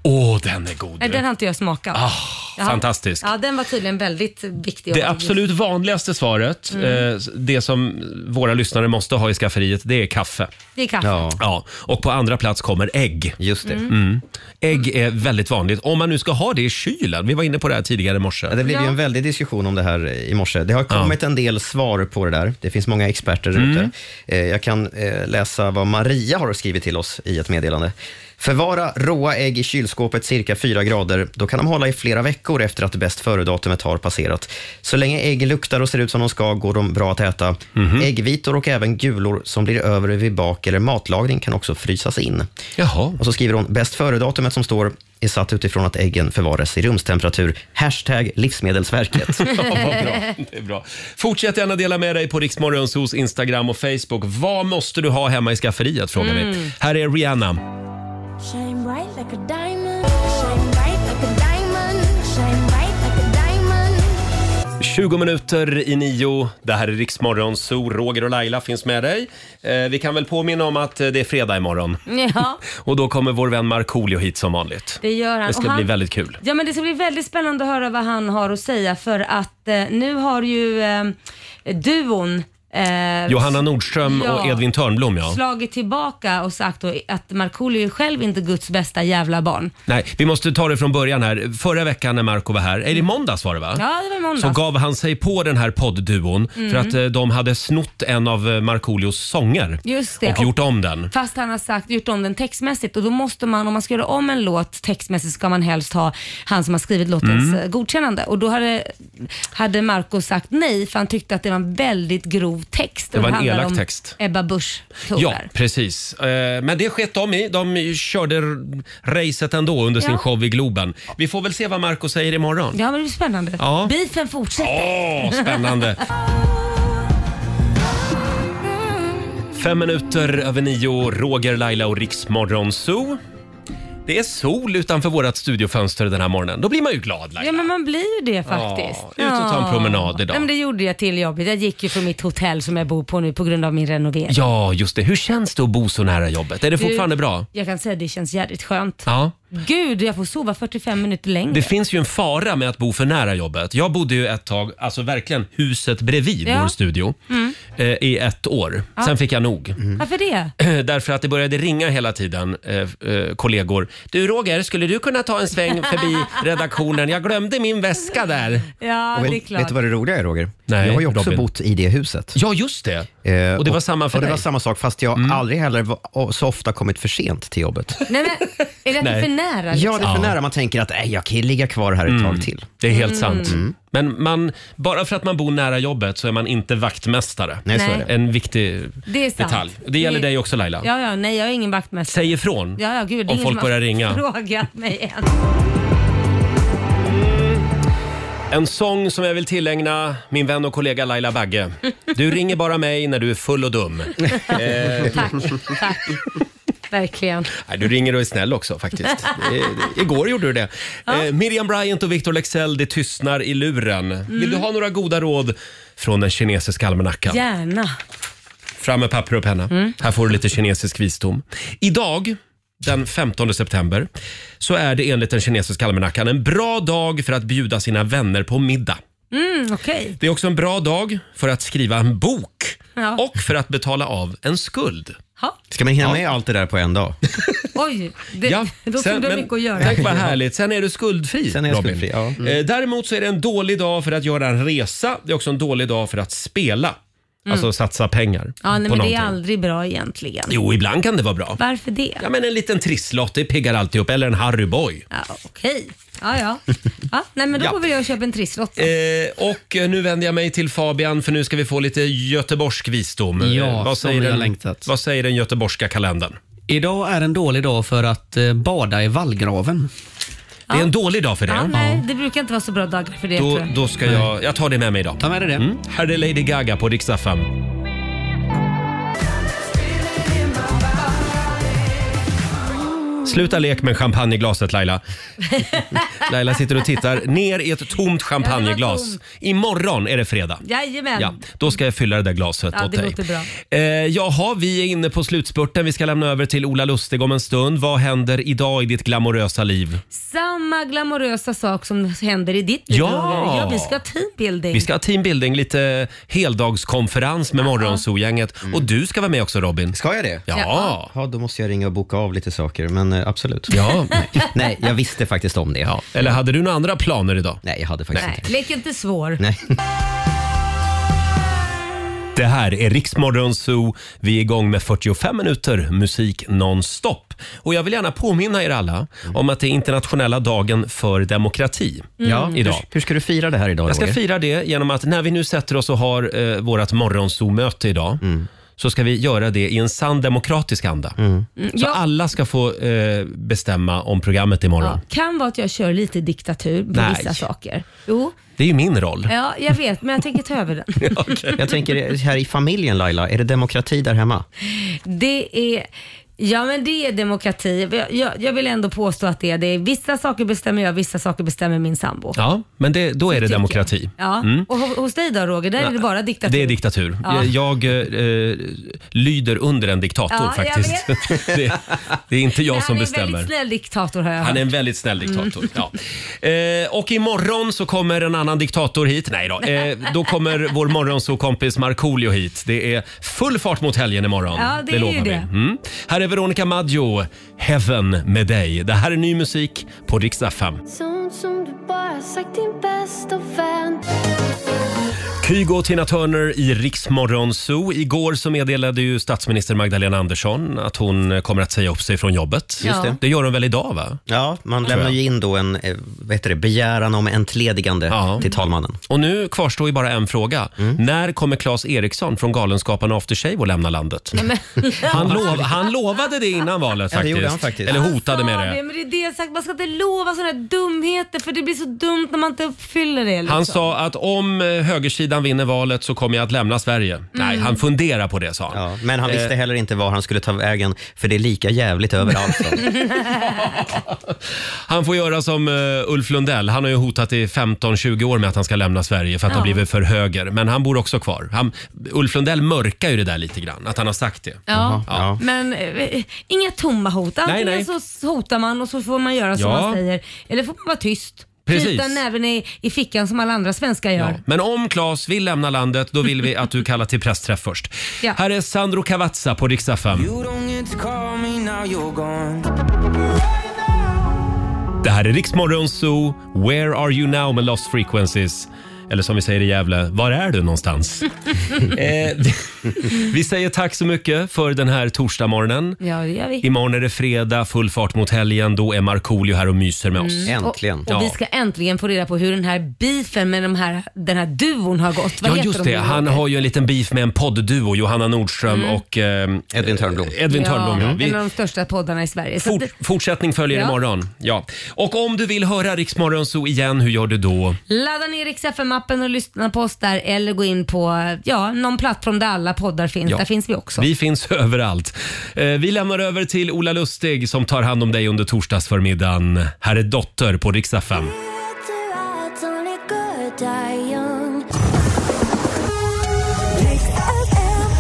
A: Åh, den är god.
C: Nej, den har inte jag smakat.
A: Ah,
C: Jag har-
A: fantastisk.
C: Ja, den var tydligen väldigt viktig.
A: Det absolut vanligaste svaret,
C: Mm.
A: eh, det som våra lyssnare måste ha i skafferiet, det är kaffe.
C: Det är kaffe.
A: Ja. ja. Och på andra plats kommer ägg. Just
C: det. Mm.
A: Ägg är väldigt vanligt, om man nu ska ha det i kylen. Vi var inne på det här tidigare i morse.
F: Det blev
A: Ja.
F: ju en väldig diskussion om det här i morse. Det har kommit en del svar på det där. Det finns många experter där ute. Eh, Jag kan eh, läsa vad Maria har skrivit till oss i ett meddelande. Förvara råa ägg i kylskåpet cirka 4 grader. Då kan de hålla i flera veckor efter att bäst före-datumet har passerat. Så länge ägg luktar och ser ut som de ska går de bra att äta. Äggvitor och även gulor som blir över vid bak eller matlagning kan också frysas in.
A: Jaha.
F: Och så skriver hon, bäst före-datumet som står är satt utifrån att äggen förvaras i rumstemperatur. Hashtag Livsmedelsverket.
A: Ja, vad bra. Det är bra. Fortsätt gärna dela med dig på Riksmorgonsos Instagram och Facebook. Vad måste du ha hemma i skafferiet? Frågar vi.
B: Mm.
A: Här är Rihanna.
B: Shine bright like a diamond. Shine bright like a diamond. Shine bright like a diamond.
A: 20 minuter i nio. Det här är Riksmorgon, Zoo. Roger och Laila finns med dig. Eh, vi kan väl påminna om att eh, det är fredag imorgon.
C: Ja,
A: Och då kommer vår vän Markoolio hit som vanligt.
C: det gör han.
A: Det ska
C: Och han,
A: bli väldigt kul.
C: Ja, men det ska bli väldigt spännande att höra vad han har att säga för att eh, nu har ju eh, duon eh,
A: Johanna Nordström och
C: Ja.
A: Edvin Törnblom, ja.
C: slagit tillbaka och sagt då att Markoolio är själv inte Guds bästa jävla barn.
A: Nej, vi måste ta det från början här. Förra veckan när Marco var här, eller i måndags var det va?
C: Ja, det var i måndags.
A: Så gav han sig på den här poddduon
C: Mm.
A: för att eh, de hade snott en av eh, Markoolios sånger
C: Just det.
A: och gjort om den.
C: Fast han har sagt, gjort om den textmässigt och då måste man, om man ska göra om en låt textmässigt ska man helst ha han som har skrivit låtens
A: Mm.
C: eh, godkännande. Och då hade, hade Marco sagt nej för han tyckte att det var en väldigt grov text.
A: Det var en
C: handlar
A: elak
C: om
A: text.
C: Ebba Busch toner.
A: Ja, precis. Eh, Men det sket de i. De körde r- racet ändå under sin
C: Ja.
A: show i Globen. Vi får väl se vad Marco säger imorgon.
C: Ja, men det blir spännande.
A: Ja.
C: Beefen fortsätter.
A: Åh, spännande. Fem minuter över nio, Roger, Laila och Riksmorgon Zoo. Det är sol utanför vårt studiofönster den här morgonen. Då blir man ju glad. Laila.
C: Ja men man blir ju det faktiskt.
A: Ja, ut och ta en
C: Ja.
A: promenad idag.
C: Ja, men det gjorde jag till jobbet. Jag gick ju från mitt hotell som jag bor på nu på grund av min renovering.
A: Ja, just det. Hur känns det att bo så nära jobbet? Är det
C: Du,
A: fortfarande bra?
C: Jag kan säga att det känns jävligt skönt.
A: Ja.
C: Gud, jag får sova 45 minuter längre.
A: Det finns ju en fara med att bo för nära jobbet. Jag bodde ju ett tag, alltså verkligen huset bredvid
C: Ja.
A: vår studio,
C: Mm.
A: eh, i ett år.
C: Ja.
A: Sen fick jag nog.
C: Varför det?
A: Därför att det började ringa hela tiden, eh, eh, kollegor. Du Roger, skulle du kunna ta en sväng förbi redaktionen? Jag glömde min väska där.
C: Ja,
F: Och
C: det är
F: vet, vet
C: klart.
F: du vad det roliga är Roger?
A: Nej,
F: jag har ju också
A: Robin.
F: bott i det huset.
A: Ja, just det.
F: Eh,
A: och det var samma för
F: och det
A: dig. Mm.
F: var samma sak, fast jag aldrig heller var, och så ofta kommit för sent till jobbet.
C: Nej, men, är det att det är för nära? Liksom?
F: Ja, det är för nära. Man tänker att nej, jag kan ju ligga kvar här ett tag till.
A: Det är helt
C: Mm.
A: sant. Men man, bara för att man bor nära jobbet så är man inte vaktmästare.
C: Nej, så är det. Nej.
A: En viktig
C: Det är sant.
A: detalj. Det gäller dig också Laila.
C: Ja, ja, nej jag är ingen vaktmästare.
A: Säg ifrån
C: ja, ja, gud, det
A: om
C: är ingen
A: folk
C: som har
A: börjar ringa.
C: frågat mig än.
A: En sång som jag vill tillägna min vän och kollega Laila Bagge. Du ringer bara mig när du är full och dum. Eh,
C: tack, tack. Verkligen.
A: Nej, du ringer och är snäll också faktiskt. Eh, Igår gjorde du det. Eh, Miriam Bryant och Victor Lexell, det tystnar i luren.
C: Mm.
A: Vill du ha några goda råd från den kinesiska almanackan?
C: Gärna.
A: Fram med papper och penna.
C: Mm.
A: Här får du lite kinesisk visdom. Idag, den 15 september, så är det enligt den kinesiska almanackan en bra dag för att bjuda sina vänner på middag.
C: Mm, okej.
A: Det är också en bra dag för att skriva en bok
C: Ja.
A: och för att betala av en skuld.
C: Ja.
F: Ska man hinna med allt det där på en dag?
C: Oj, det,
A: Ja,
C: då
A: sen-
C: får du
A: men-
C: ha mycket att göra.
A: Tack vad härligt. Sen är du skuldfri
F: Sen är jag
A: Robin.
F: skuldfri, ja.
A: Eh, Däremot så är det en dålig dag för att göra en resa. Det är också en dålig dag för att spela.
C: Mm.
A: Alltså satsa pengar på
C: Ja, nej, men det
A: någonting.
C: är aldrig bra egentligen.
A: Jo, ibland kan det vara bra.
C: Varför det?
A: Ja, men en liten trisslott, det piggar alltid upp. Eller en Harryboy.
C: Ja, okej. Ja, ja. ja. Nej, men då
A: Ja.
C: går väl jag och köper en trisslott.
A: Eh, och eh, nu vänder jag mig till Fabian för nu ska vi få lite göteborgsk visdom.
T: Ja,
A: Eh, vad
T: som
A: säger
T: vi har
A: den,
T: längtat.
A: Vad säger den göteborgska kalendern?
T: Idag är en dålig dag för att eh, bada i vallgraven.
A: Det är en dålig dag för det.
C: Ja, nej, det brukar inte vara så bra dagar för det tror
A: Då,
C: jag.
A: då ska jag, jag tar det med mig idag. Ta med dig det. Mm. Här är Lady Gaga på Rix FM. Sluta lek med champagneglaset Laila. Laila sitter och tittar ner i ett tomt champagneglas.
C: tom.
A: Imorgon är det fredag.
C: Jajamän.
A: Ja, då ska jag fylla det där glaset
C: Ja,
A: åt
C: det
A: dig.
C: låter bra.
A: Eh, jaha, vi är inne på slutspurten. Vi ska lämna över till Ola Lustig om en stund. Vad händer idag i ditt glamorösa liv?
C: Samma glamorösa sak som händer i ditt liv
A: Ja.
C: Roger. ja! Vi ska ha teambuilding.
A: Vi ska ha teambuilding, lite heldagskonferens med Morgonzoo-gänget. Och du ska vara med också Robin.
F: Mm. Ska jag det?
A: Ja.
F: ja. Då måste jag ringa och boka av lite saker, men eh, absolut.
A: Ja.
F: Nej, jag visste faktiskt om det.
A: Eller hade du några andra planer idag?
F: Nej, Mm. jag hade faktiskt
C: Nej, lek inte svår.
F: inte. Nej.
A: Det här är Riksmorgon Zoo. Vi är igång med 45 minuter musik nonstop. Och jag vill gärna påminna er alla om att det är internationella dagen för demokrati
F: Mm. Ja,
A: idag.
F: hur- ska du fira det här idag,
A: Jag ska
F: Roger?
A: fira det genom att när vi nu sätter oss och har eh, vårt morgonzoo-möte idag så ska vi göra det i en sann demokratisk anda.
C: Mm,
A: Så
C: ja.
A: alla ska få eh, bestämma om programmet imorgon.
C: Ja, kan vara att jag kör lite diktatur på
A: Nej.
C: vissa saker. Jo,
A: Det är ju min roll.
C: ja, jag vet men jag tänker ta över den.
F: Jag tänker här i familjen Laila, är det demokrati där hemma?
C: Det är Ja men det är demokrati. Jag, jag, jag vill ändå påstå att det är det. Vissa saker bestämmer jag, vissa saker bestämmer min sambo.
A: Ja, men det, då är det demokrati.
C: Ja.
A: Mm.
C: Och ho- hos dig då Roger, där är det bara diktatur.
A: Det är diktatur.
C: Ja.
A: Jag eh, lyder under en diktator
C: Ja, jag
A: faktiskt. det, det är inte jag som
C: Han är en väldigt
A: bestämmer.
C: snäll diktator har jag
A: Han är
C: hört.
A: en väldigt snäll
C: Mm.
A: diktator. Ja. Eh, och imorgon så kommer en annan diktator hit. Nej då. Eh, då kommer vår morgonsåkompis Markoolio hit. Det är full fart mot helgen imorgon.
C: Ja, det är ju
A: vi.
C: det.
A: Mm. Här är Veronica Maggio, Heaven med dig. Det här är ny musik på Rix FM.
I: Sånt som du bara sagt din bästa vän
A: Kygo och Tina Turner i Riksmorgon Zoo. Igår så meddelade ju statsminister Magdalena Andersson att hon kommer att säga upp sig från jobbet.
F: Just det.
A: det gör hon väl idag va?
F: Ja, man
A: Tror
F: lämnar
A: jag.
F: ju in då en eh, vad heter det, begäran om entledigande till talmannen.
A: Och nu kvarstår ju bara en fråga.
F: Mm.
A: När kommer Claes Eriksson från Galenskaparna After Shave att lämna landet? Han, lov, han lovade det innan valet
F: Ja, det
A: faktiskt.
F: gjorde han faktiskt.
A: Eller hotade med
C: Alltså, Ja,
A: det.
C: men det är det jag sagt, man ska inte lova sådana här dumheter för det blir så dumt när man inte uppfyller det. Liksom.
A: Han sa att om eh, högersidan vinner valet så kommer jag att lämna Sverige. Nej, han funderar på det sa han.
F: Men han visste
A: Eh,
F: heller inte var han skulle ta vägen, för det är lika jävligt överallt. så.
A: Han får göra som eh, Ulf Lundell. Han har ju hotat i 15-20 år med att han ska lämna Sverige för att
C: Ja.
A: han blivit för höger. Men han bor också kvar. Han, Ulf Lundell mörkar ju det där lite grann, att han har sagt det.
C: Ja,
A: Ja.
C: men eh, inga tomma hot. Antingen
A: Nej,
C: så hotar man och så får man göra som
A: Ja.
C: man säger. Eller får man vara tyst.
A: Precis.
C: Knyta näven i, i fickan som alla andra svenskar gör.
A: Men om Claes vill lämna landet, då vill vi att du kallar till pressträff först.
C: Ja.
A: Här är Sandro Cavazza på riksdag 5. Det här är Riksmorgon Zoo, Where Are You Now med Lost Frequencies. Eller som vi säger i Gävle, var är du någonstans? eh, vi, vi säger tack så mycket för den här torsdagsmorgonen.
C: Ja, det gör vi.
A: Imorgon är det fredag, full fart mot helgen. Då är Markoolio här och myser med oss.
C: Mm. Och, och vi ska äntligen få reda på hur den här beefen med de här, den här duon har gått. Vad
A: Ja,
C: heter
A: just
C: de
A: det.
C: nu,
A: Han
C: Roger?
A: har ju en liten beef med en poddduo, Johanna Nordström och ehm, Edvin Törnblom. Edvin Törnblom ja.
C: ja,
A: Vi,
C: En av de största poddarna i Sverige. Så att-
A: fortsättning följer
C: Ja.
A: imorgon. Ja. Och om du vill höra Riksmorgon så igen, hur gör du då?
C: Ladda ner Rix FM-appen och lyssna på oss där eller gå in på ja, någon plattform där alla poddar finns.
A: Ja.
C: Där finns vi också.
A: Vi finns överallt. Eh, vi lämnar över till Ola Lustig som tar hand om dig under torsdagsförmiddagen. Här är Dotter på Rix FM.
I: It's only good die young